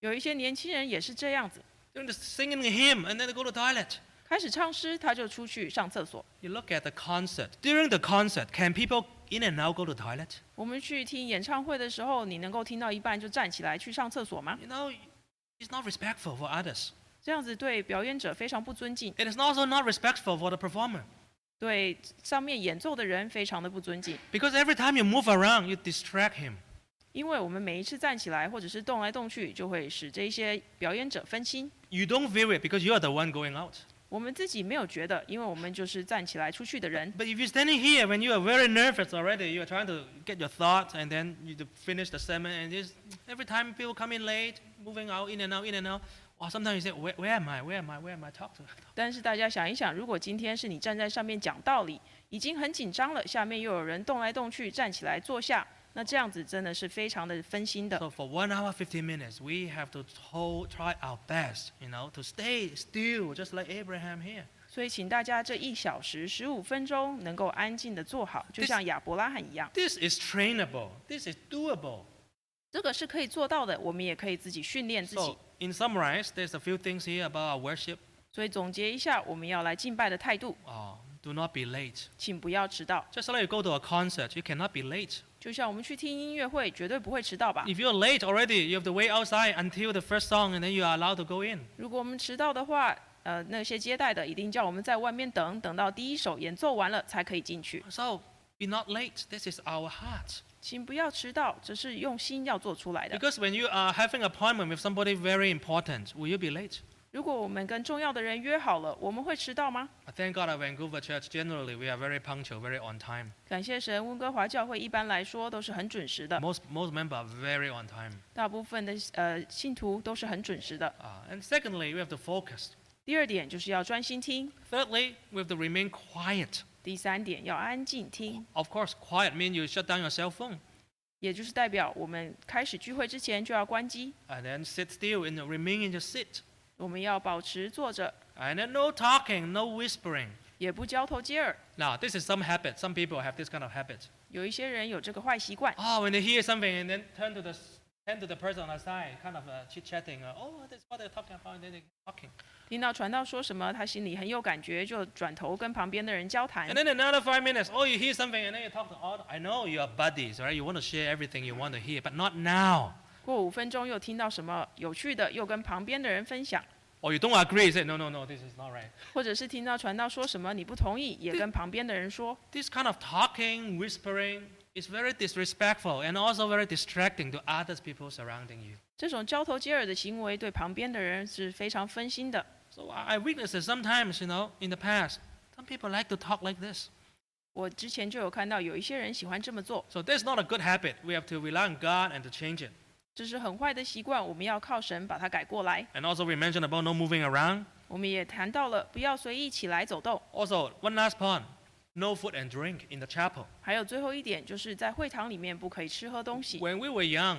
S2: 有一些年轻人也是这样子，
S1: During the singing hymn, and then they go to the toilet.
S2: 开始唱诗他就出去上厕所。
S1: You look at the concert. During the concert, can people in and out go to the toilet?
S2: 我们去听演唱会的时候，你能够听到一半就站起来去上厕所吗？
S1: You know, it's not respectful for others.
S2: 这样子对表演者非常不尊敬，
S1: It is also not respectful for the performer.
S2: 对上面演奏的人非常的不尊敬。
S1: Because every time you move around, you distract him.
S2: 因为我们每一次站起来或者是动来动去，就会使这些表演者分心。
S1: You don't feel it because you are the one going out.
S2: 我们自己没有觉得，因为我们就是站起来出去的人。
S1: But if you're standing here when you are very nervous already, you are trying to get your thoughts and then you to finish the sermon, and just every time people come in late, moving out, in and out, in and out, or sometimes you say, where, where am I? Where am I? Where am I? Talk to
S2: 但是大家想一想，如果今天是你站在上面讲道理，已经很紧张了，下面又有人动来动去，站起来坐下，那这样子真的是非常的分心的。
S1: So for one hour, 15 minutes, we have to hold, try our best, you know, to stay still, just like Abraham here.
S2: 所以，请大家这一小时十五分钟能够安静的坐好，就像亚伯拉罕一样，
S1: This is trainable. This is doable.
S2: 这个是可以做到的。我们也可以自己训练自己
S1: So。in summarize, there's a few things here about our worship.
S2: 所以总结一下，我们要来敬拜的态度，
S1: Oh, do not be late.
S2: 请不要迟到。
S1: Just like you go to a concert, you cannot be late.
S2: 就像我们去听音乐会，绝对不会迟到吧？
S1: If you're late already, you have to wait outside until the first song, and then you are allowed to go in.
S2: 如果我们迟到的话，呃，那些接待的一定叫我们在外面等，等到第一首演奏完了才可以进去。
S1: So be not late. This is our heart.
S2: 请不要迟到，这是用心要做出来的。
S1: Because when you are having appointment with somebody very important, will you be late?
S2: 如果我们跟重要的人约好了，我们会迟到吗？
S1: I thank God at Vancouver Church, generally, we are very punctual, very on time.
S2: 感谢神，温哥华教会一般来说都是很准时的，
S1: Most, most members are very on time.
S2: 大部分的呃信徒都是很准时的。
S1: Uh, and secondly, we have to focus.
S2: 第二点就是要专心听，
S1: Thirdly, we have to remain quiet.
S2: 第三点要安静听，
S1: Of course, quiet means you shut down your cell phone
S2: 也就是代表我们开始聚会之前就要关机，
S1: and then sit still and remain in your seat.
S2: 我们要保持坐着，
S1: And then no talking, no whispering.
S2: 也不交头接耳。
S1: Now, this is some habit. Some people have this kind of habit.
S2: 有一些人有这个坏习惯，
S1: 啊 Oh, when they hear something and then turn to the hand to the person on the side, kind of uh, chit chatting. Uh, oh, that's what they're talking about. And then they're talking.
S2: 听到传道说什么，他心里很有感觉，就转头跟旁边的人交谈
S1: And。then another five minutes. Oh, you hear something, and then you talk to all. I know you are buddies, right? You want to share everything you want to hear, but not now.
S2: 过五分钟又听到什么有趣的，又跟旁边的人分享，
S1: Or you don't agree. You say, no, no, no, this is not right.
S2: 或者是听到传道说什么你不同意，也跟旁边的人说。
S1: This kind of talking, whispering, is very disrespectful and also very distracting to other people surrounding you.
S2: 这种交头接耳的行为对旁边的人是非常分心的。
S1: So I, I witnessed it sometimes, you know, in the past. Some people like to talk like this.
S2: 我之前就有看到有一些人喜欢这么做，
S1: So that's not a good habit. We have to rely on God and to change it.
S2: 这是很坏的习惯，我们要靠神把它改过来。
S1: And also we mentioned about no moving around.
S2: 我们也谈到了不要随意起来走动，
S1: Also, one last point. No food and drink in the chapel.
S2: 还有最后一点就是在会堂里面不可以吃喝东西。
S1: When we were young,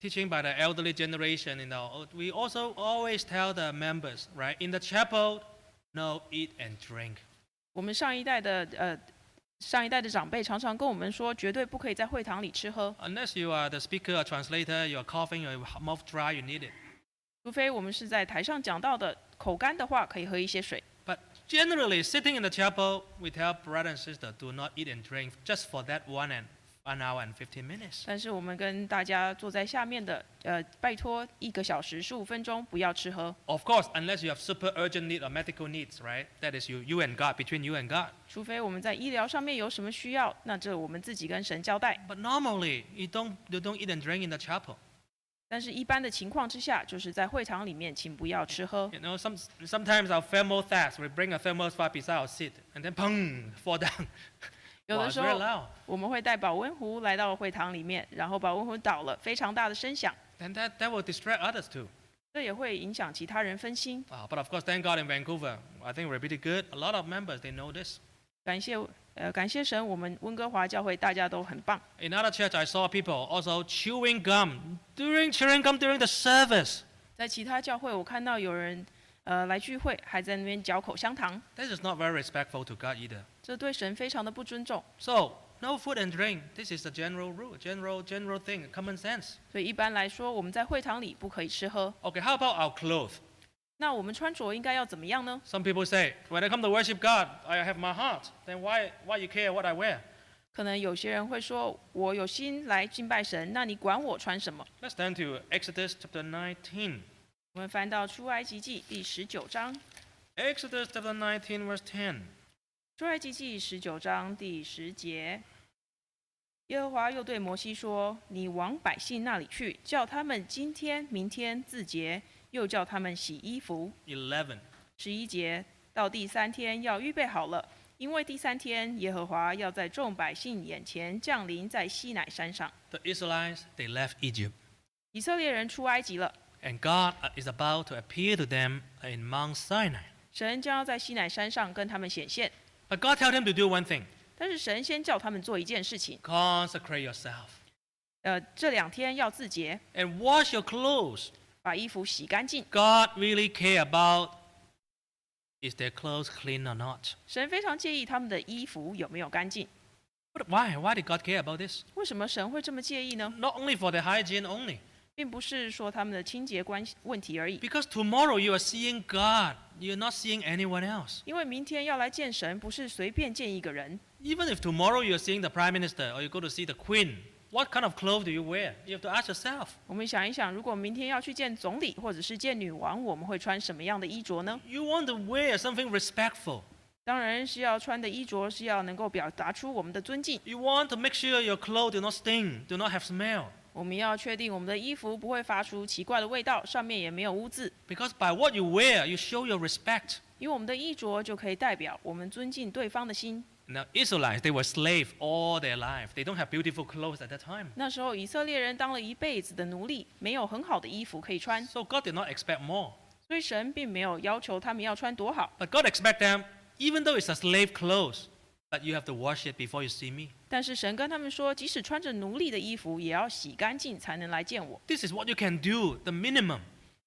S1: teaching by the elderly generation, you know, we also always tell the members, right, in the chapel, no eat and drink.
S2: 我们上一代的呃上一代的长辈常常跟我们说，绝对不可以在会堂里吃喝，
S1: Unless you are the speaker or translator, you're coughing, your mouth dry, you need it.
S2: 除非我们是在台上讲到的口干的话，可以喝一些水。
S1: But generally, sitting in the chapel, we tell brother and sister, do not eat and drink just for that one and one hour and 15 minutes.
S2: 但是我们跟大家坐在下面的，呃，拜托一个小时十五分钟不要吃喝，
S1: Of course, unless you have super urgent need or medical needs, right? That is you, you and God, between you and God.
S2: 除非我们在医疗上面有什么需要，那这我们自己跟神交代。
S1: But normally, you don't, you don't eat and drink in the chapel.
S2: 但是，一般的情况之下，就是在会堂里面，请不要吃喝。
S1: You know, some, sometimes our thermal fast, we bring a thermos far beside our seat, and then pong, fall down.
S2: 有
S1: Wow,
S2: 的
S1: it's
S2: 时
S1: very
S2: 候，
S1: loud.
S2: 我们会带保温壶来到会堂里面，然后保温壶倒了，非常大的声响，
S1: And that, that will distract others too.
S2: 这也会影响其他人分心。
S1: Uh, but of course, thank God in Vancouver, I think we're pretty good. A lot of members, they know this.
S2: 感谢呃，感谢神，我们温哥华教会大家都很棒。
S1: In other church, I saw people also chewing gum during chewing gum during the service.
S2: 在其他教会，我看到有人呃来聚会，还在那边嚼口香糖，
S1: This is not very respectful to God either.
S2: 这对神非常的不尊重。
S1: So, no food and drink. This is the general rule, general general thing, common sense.
S2: 所以一般来说，我们在会堂里不可以吃喝。
S1: Okay, how about our clothes?
S2: 那我们穿着应该要怎么样呢？
S1: Some people say, when I come to worship God, I have my heart. Then why why you care what I wear?
S2: 可能有些人会说，我有心来敬拜神，那你管我穿什么？
S1: Let's turn to Exodus chapter 19.
S2: 我们翻到出埃及记第十九章，
S1: Exodus chapter 19 verse 10.
S2: 出埃及记十九章第十节，耶和华又对摩西说：“你往百姓那里去，叫他们今天、明天自洁，又叫他们洗衣服。
S1: 11. ”
S2: 十一节到第三天要预备好了，因为第三天耶和华要在众百姓眼前降临在西乃山上。
S1: The Israelites, they left Egypt.
S2: 以色列人出埃及了，
S1: And God uh, is about to appear to them in Mount Sinai.
S2: 神将要在西乃山上跟他们显现。
S1: But God tell them to do one thing
S2: 但是神先叫他们做一件事情，
S1: consecrate yourself
S2: 呃，这两天要自洁，
S1: and wash your clothes.
S2: 把衣服洗干净。
S1: God really care about is their clothes clean or not.
S2: 神非常介意他们的衣服有没有干净。
S1: But why? Why did God care about this?
S2: 为什么神会这么介意呢？
S1: Not only for their hygiene only.
S2: 并不是说他们的清洁关系问题而已，
S1: Because tomorrow you are seeing God. You're not seeing anyone else.
S2: 因为明天要来见神，不是随便见一个人。
S1: Even if tomorrow you're seeing the prime minister or you go to see the queen, what kind of clothes do you wear? You have to ask yourself.
S2: 我们想一想，如果明天要去见总理或者是见女王，我们会穿什么样的衣着呢？
S1: You want to wear something respectful.
S2: 当然是要穿的衣着是要能够表达出我们的尊敬。
S1: You want to make sure your clothes do not sting, do not have smell.
S2: 我们要确定我们的衣服不会发出奇怪的味道，上面也没有污渍，
S1: Because by what you wear, you show your respect.
S2: 因为我们的衣着就可以代表我们尊敬对方的心。
S1: Now, Israelites, they were slaves all their life. They don't have beautiful clothes at that time.
S2: 那时候以色列人当了一辈子的奴隶，没有很好的衣服可以穿，
S1: So God did not expect more.
S2: 所以神并没有要求他们要穿多好，
S1: But God expect them, even though it's a slave clothes, but you have to wash it before you see me.
S2: 但是神跟他们说，即使穿着奴隶的衣服，也要洗干净才能来见我。
S1: This is what you can do, the minimum.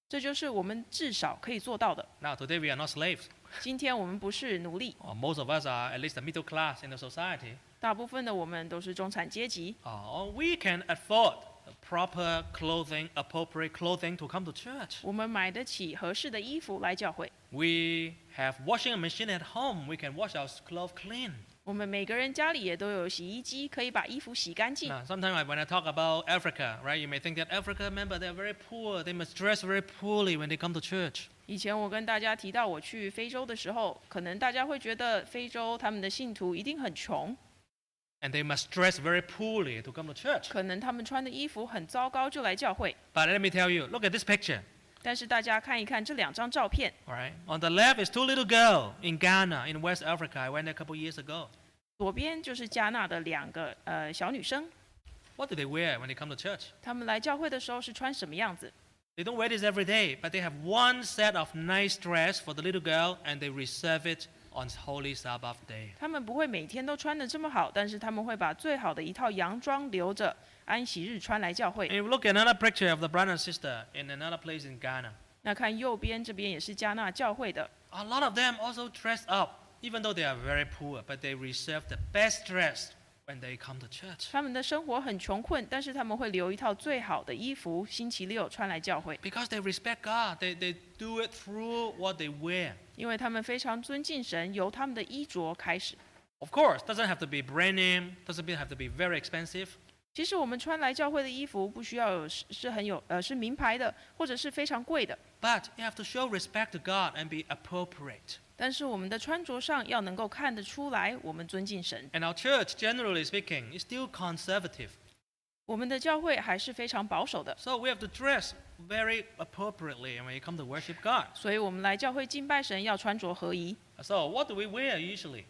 S2: 这就是我们至少可以做到的。
S1: Now, today we are not slaves.
S2: 今天我们不是奴隶，
S1: Or most of us are at least the middle class in the society.
S2: 大部分的我们都是中产阶级，
S1: Uh, or we can afford proper clothing, appropriate clothing to come to church.
S2: 我们买得起合适的衣服来教会。
S1: We have washing machine at home. We can wash our clothes clean.
S2: 我们每个人家里也都有洗衣机，可以把衣服洗干净。
S1: Now, sometimes I- when I talk about Africa, right, you may think that Africa, remember, they're very poor. They must dress very poorly when they come to church.
S2: 以前我跟大家提到我去非洲的时候，可能大家会觉得非洲他们的信徒一定很穷，
S1: And they must dress very poorly to come to church.
S2: 可能他们穿的衣服很糟糕就来教会。
S1: But let me tell you, look at this picture.
S2: 但是大家看一看这两张照片，
S1: All right. On the left is two little girls in Ghana, in West Africa. I went there a couple years ago.
S2: 左边就是加纳的两个呃小女生，
S1: What do they wear when they come to church?
S2: 她们来教会的时候是穿什么样子？
S1: They don't wear this every day, but they have one set of nice dress for the little girl, and they reserve it on Holy Sabbath day.
S2: 她们不会每天都穿的这么好，但是她们会把最好的一套洋装留着，安息日穿来教会。
S1: And you look at another picture of the brother and sister in another place in Ghana.
S2: 那看右边这边也是加纳教会的，
S1: A lot of them also dress up, even though they are very poor, but they reserve the best dress when they come to church.
S2: 他们的生活很穷困，但是他们会留一套最好的衣服，星期六穿来教会，
S1: Because they respect God, they, they do it through what they wear.
S2: 因为他们非常尊敬神，由他们的衣着开始。
S1: Of course, doesn't have to be brand name, doesn't be- have to be very expensive.
S2: 其实我们穿来教会的衣服不需要有是是很有呃是名牌的，或者是非常贵的，
S1: But you have to show respect to God and be appropriate.
S2: 但是我们的穿着上要能够看得出来我们尊敬神。
S1: And our church, generally speaking, is still conservative.
S2: 我们的教会还是非常保守的，
S1: So we have to dress very appropriately when you come to worship God.
S2: 所以我们来教会敬拜神要穿着合宜。
S1: So what do we wear usually?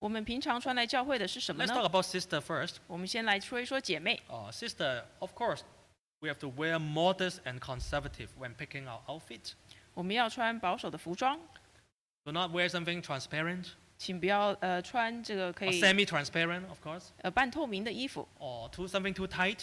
S2: 我们平常穿来教会的是什么
S1: Let's talk
S2: 呢？
S1: about sister first.
S2: 我们先来说一说姐妹。
S1: Uh, sister, of course, we have to wear modest and conservative when picking our outfit.
S2: 我们要穿保守的服装，
S1: Do not wear something transparent
S2: 请不要呃穿这个可
S1: or
S2: 以
S1: semi-transparent, of course,
S2: 呃半透明的衣服，
S1: or too something too tight,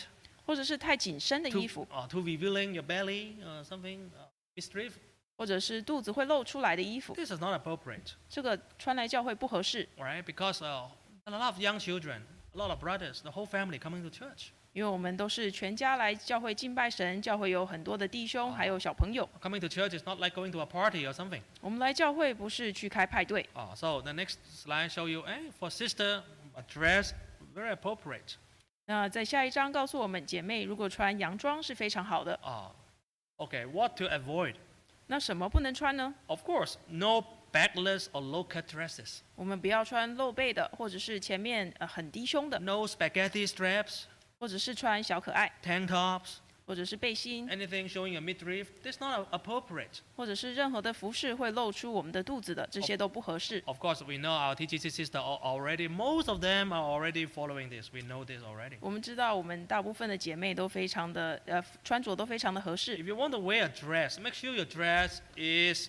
S2: 或者是太紧身的
S1: too,
S2: 衣服，
S1: uh, too revealing your belly, uh, something uh, mystery.
S2: 或者是肚子会露出来的衣服，
S1: This is not appropriate,
S2: 这个穿来教会不合适。
S1: right? Because uh, a lot of young children, a lot of brothers, the whole family coming to church,
S2: 因为我们都是全家来教会敬拜神，教会有很多的弟兄，还有小朋友。
S1: coming to church is not like going to a party or something.
S2: 我们来教会不是去开派对，
S1: Uh, so the next slide show you, eh, for sister, a dress very appropriate.
S2: 那在下一章告诉我们，姐妹如果穿洋装是非常好的。
S1: Uh, okay, what to avoid?
S2: 那什么不能穿呢？
S1: Of course, no backless or low cut dresses,
S2: 我们不要穿露背的，或者是前面呃很低胸的，
S1: no spaghetti straps,
S2: 或者是穿小可爱，
S1: tank tops,
S2: 或者是背心，
S1: anything showing your midriff. That's not a- appropriate.
S2: 或者是任何的服饰会露出我们的肚子的，这些都不合适。
S1: Of course, we know our TGC sister al- already, most of them are already following this. We know this already.
S2: 我们知道，我们大部分的姐妹都非常的呃，穿着都非常的合适
S1: If。you want to wear a dress, make sure your dress is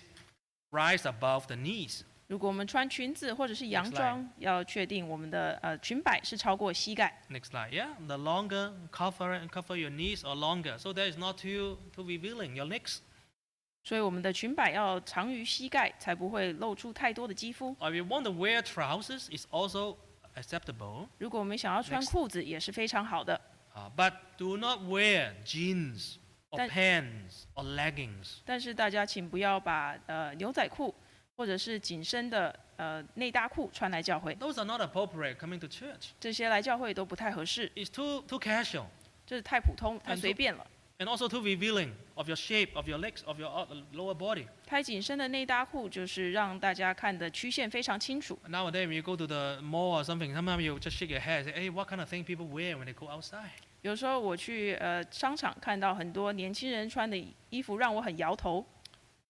S1: rise above the knees.
S2: 如果我们穿裙子或者是洋装，要确定我们的呃裙摆是超过膝盖，
S1: Next slide. Yeah, the longer cover and cover your knees or longer, so that is not too too revealing your legs.
S2: 所以我们的裙摆要长于膝盖，才不会露出太多的肌肤。
S1: Or if you want to wear trousers, it's also acceptable.
S2: 如果我们想要穿
S1: Next
S2: 裤子，也是非常好的。
S1: Uh, but do not wear jeans or
S2: That-
S1: pants or leggings.
S2: 但是大家请不要把呃牛仔裤或者是紧身的呃内搭裤穿来教会，
S1: Those are not appropriate coming to church.
S2: 这些来教会都不太合适，
S1: It's too too casual
S2: 这是太普通、太
S1: 但是
S2: 随便了。
S1: and also too revealing of your shape, of your legs, of your uh, lower body.
S2: 太紧身的内搭裤就是让大家看的曲线非常清楚。
S1: Nowadays, when you go to the mall or something, sometimes you just shake your head and say, "Hey, what kind of thing people wear when they go outside?"
S2: 有时候我去呃商场看到很多年轻人穿的衣服，让我很摇头。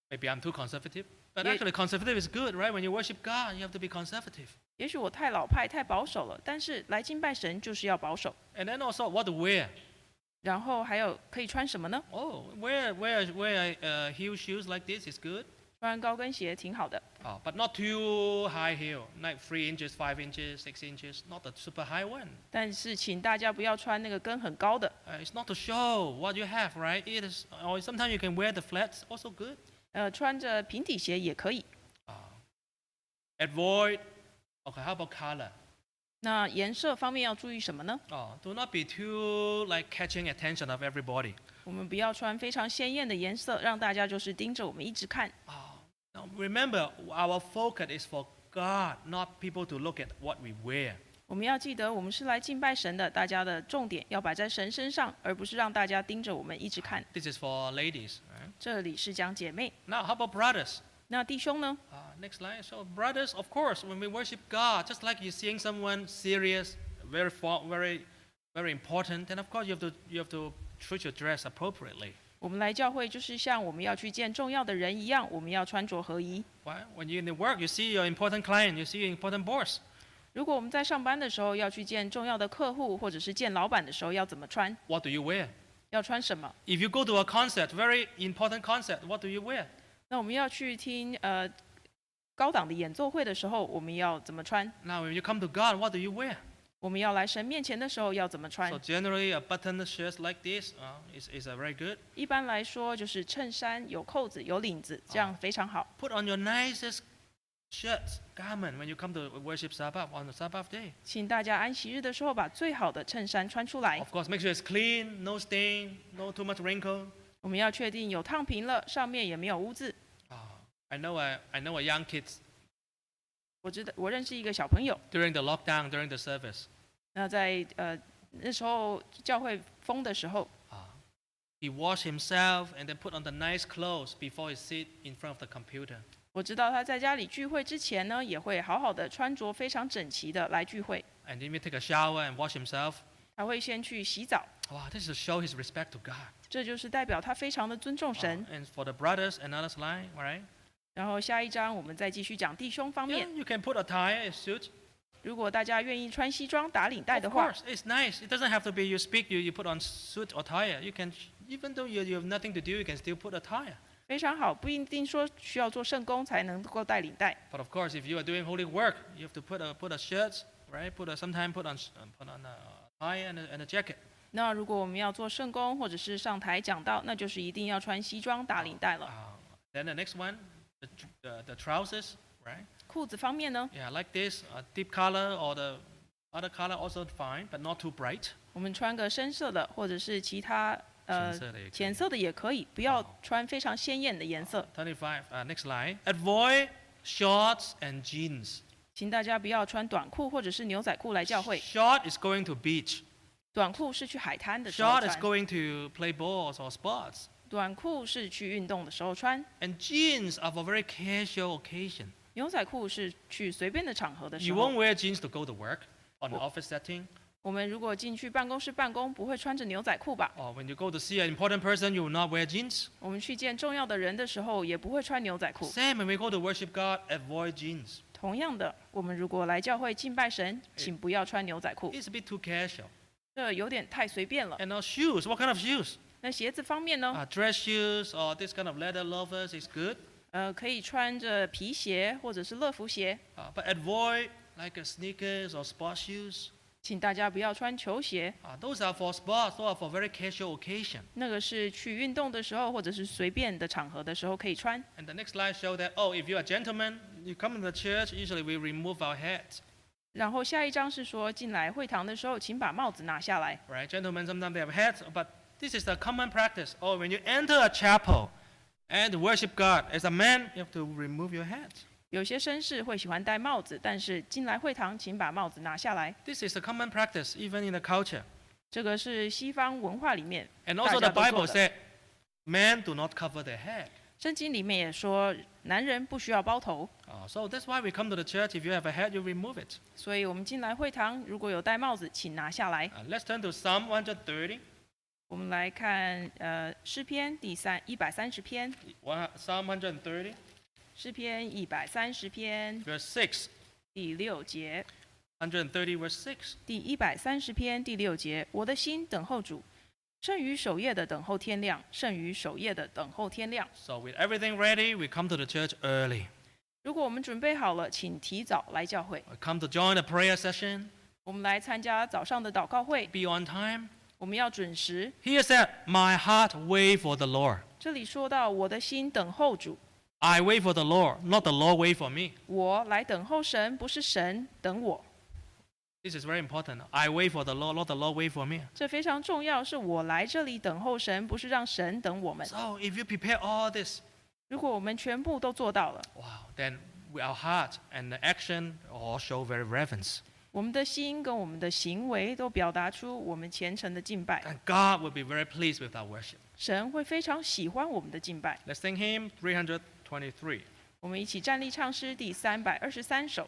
S1: Maybe I'm too conservative. But
S2: Yeah.
S1: actually, conservative is good, right? When you worship God, you have to be conservative.
S2: 也许我太老派、太保守了，但是来敬拜神就是要保守。
S1: And then also, what to wear?
S2: 然后还有可以穿什么呢？
S1: Oh, wear wear wear uh, heel shoes like this is good.
S2: 穿高跟鞋挺好的，
S1: Oh, but not too high heel, like three inches, five inches, six inches. Not the super high one.
S2: 但是请大家不要穿那个跟很高的。
S1: Uh, it's not to show what you have, right? It is. Or sometimes you can wear the flats, also good.
S2: 呃，穿着平底鞋也可以。
S1: Uh, avoid. Okay, how about color?
S2: 那颜色方面要注意什么呢？
S1: Oh, do not be too like catching attention of everybody.
S2: 我们不要穿非常鲜艳的颜色，让大家就是盯着我们一直看。
S1: Now remember, our focus is for God, not people to look at what we wear.
S2: 我们要记得，我们是来敬拜神的，大家的重点要摆在神身上，而不是让大家盯着我们一直看。
S1: This is for ladies. Right?
S2: 这里是讲姐妹，
S1: Now, how about brothers?
S2: 那弟兄呢？
S1: Uh, next slide. So, brothers, of course, when we worship God, just like you're seeing someone serious, very, fo- very, very important, then of course you have to you have to treat your dress appropriately.
S2: 我们来教会就是像我们要去见重要的人一样，我们要穿着合宜。
S1: Why? When you're in the work, you see your important client, you see your important boss.
S2: 如果我们在上班的时候要去见重要的客户，或者是见老板的时候，要怎么穿？
S1: What do you wear?
S2: 要穿什么？
S1: If you go to a concert, very important concert, what do you wear?
S2: 那我们要去听呃高档的演奏会的时候，我们要怎么穿？
S1: Now, when you come to God, what do you wear?
S2: 我们要来神面前的时候要怎么穿
S1: So？generally, a button shirt like this uh, is is uh, very good.
S2: 一般来说就是衬衫有扣子有领子，这样非常好。
S1: Put on your nicest shirts, garment when you come to worship Sabbath on the Sabbath day.
S2: 请大家安息日的时候把最好的衬衫穿出来。
S1: Of course, make sure it's clean, no stain, no too much wrinkle.
S2: 我们要确定有烫平了，上面也没有污渍。
S1: Ah, I know a, I know a young kids
S2: 我知道，我认识一个小朋友，
S1: during the lockdown, during the service,
S2: 那在呃那时候教会封的时候，
S1: ah, he washed himself and then put on the nice clothes before he sit in front of the computer.
S2: 我知道他在家里聚会之前呢，也会好好的穿着非常整齐的来聚会。
S1: And then he take a shower and wash himself.
S2: 他会先去洗澡，
S1: Wow, this is to show his respect to God.
S2: 这就是代表他非常的尊重
S1: Ah,
S2: 神。
S1: and for the brothers, another slide, all right?
S2: 然后下一章我们再继续讲弟兄方
S1: Yeah,
S2: 面。
S1: you can put a tie, a suit.
S2: 如果大家愿意穿西装打领带的
S1: Of
S2: 话，
S1: course, it's nice. It doesn't have to be you speak, you, you put on suit or tie. You can, even though you, you have nothing to do, you can still put a tie.
S2: 非常好，不一定说需要做圣工才能够带领带。
S1: But of course, if you are doing holy work, you have to put a put a shirt, right? Put a sometime put on s- uh, put on a a tie and a, and a jacket.
S2: 那如果我们要做圣工或者是上台讲道，那就是一定要穿西装打领带了。
S1: Uh, then the next one, the, tr- the the trousers, right?
S2: 裤子方面呢，
S1: Yeah, like this, a deep color or the other color also fine, but not too bright.
S2: 我们穿个深色的或者是其他呃
S1: 浅色的也可以啊
S2: 浅色的也可以，不要穿非常鲜艳的颜色。
S1: Twenty-five. Uh, next line. Avoid shorts and jeans.
S2: 请大家不要穿短裤或者是牛仔裤来教会。
S1: Short is going to beach.
S2: 短裤是去海滩的时候
S1: Short is
S2: 穿，
S1: going to play balls or sports.
S2: 短裤是去运动的时候穿，
S1: And jeans are for very casual occasion.
S2: 牛仔裤是去随便的场合的时
S1: You won't
S2: 候。
S1: wear jeans to go to work on an
S2: Well-
S1: office setting,
S2: 我们如果进去办公室办公，不会穿着牛仔裤吧？
S1: or when you go to see an important person, you will not wear jeans.
S2: 我们去见重要的人的时候，也不会穿牛仔裤。
S1: Same when we go to worship God, avoid jeans.
S2: 同样的，我们如果来教会敬拜神，请不要穿牛仔裤，
S1: It's a bit too casual.
S2: 这有点太随便了。
S1: And our shoes, what kind of shoes?
S2: 那鞋子方面呢？
S1: Uh, dress shoes or this kind of leather loafers is good,
S2: 呃，可以穿着皮鞋或者是乐福鞋，
S1: uh, but avoid like a sneakers or sports shoes.
S2: 请大家不要穿球鞋，
S1: Uh, those are for sports, those are for very casual occasion.
S2: 那个是去运动的时候或者是随便的场合的时候可以穿。
S1: And the next slide show that, oh, if you're a gentleman, you come to the church, usually we remove our hats,
S2: 然后下一章是说，进来会堂的时候，请把帽子拿下来。
S1: right? Gentlemen, sometimes they have hats, but this is the common practice. Oh, when you enter a chapel and worship God, as a man, you have to remove your hat.
S2: 有些绅士会喜欢戴帽子，但是进来会堂，请把帽子拿下来。
S1: This is a common practice, even in the culture.
S2: 这个是西方文化里面，
S1: And also the
S2: 大家
S1: Bible
S2: 都做的。
S1: said, men do not cover their head.
S2: 圣经里面也说，男人不需要包头。
S1: Uh, so that's why we come to the church. If you have a hat, you remove it.
S2: 所以我们进来会堂，如果有戴帽子，请拿下来。
S1: Uh, let's turn to Psalm 130.
S2: 我们来看，呃，诗篇第三一百三十篇，
S1: One- Psalm 130,
S2: 诗篇一百三十篇
S1: verse 6.
S2: 第六节，
S1: 130, verse 6.
S2: 第一百三十篇第六节，我的心等候主，胜于守夜的等候天亮，胜于守夜的等候天亮。
S1: So with everything ready, we come to the church early.
S2: 如果我们准备好了，请提早来教会。
S1: We come to join the prayer session.
S2: 我们来参加早上的祷告会，
S1: Be on time.
S2: 我们要准时。
S1: Here said, My heart wait for the Lord.
S2: 这里说到我的心等候主，
S1: I wait for the Lord, not the Lord wait for me.
S2: 我来等候神，不是神等我。
S1: This is very important. I wait for the Lord, Lord, the Lord wait for me.
S2: 这非常重要，是我来这里等候神，不是让神等我们。
S1: So if you prepare all this,
S2: 如果我们全部都做到了，
S1: wow, then we- our heart and the action all show very reverence.
S2: 我们的心跟我们的行为都表达出我们虔诚的敬拜，
S1: And God will be very pleased with our worship.
S2: 神会非常喜欢我们的敬拜。
S1: Let's sing hymn 323.
S2: 我们一起站立唱诗第三百二十三首。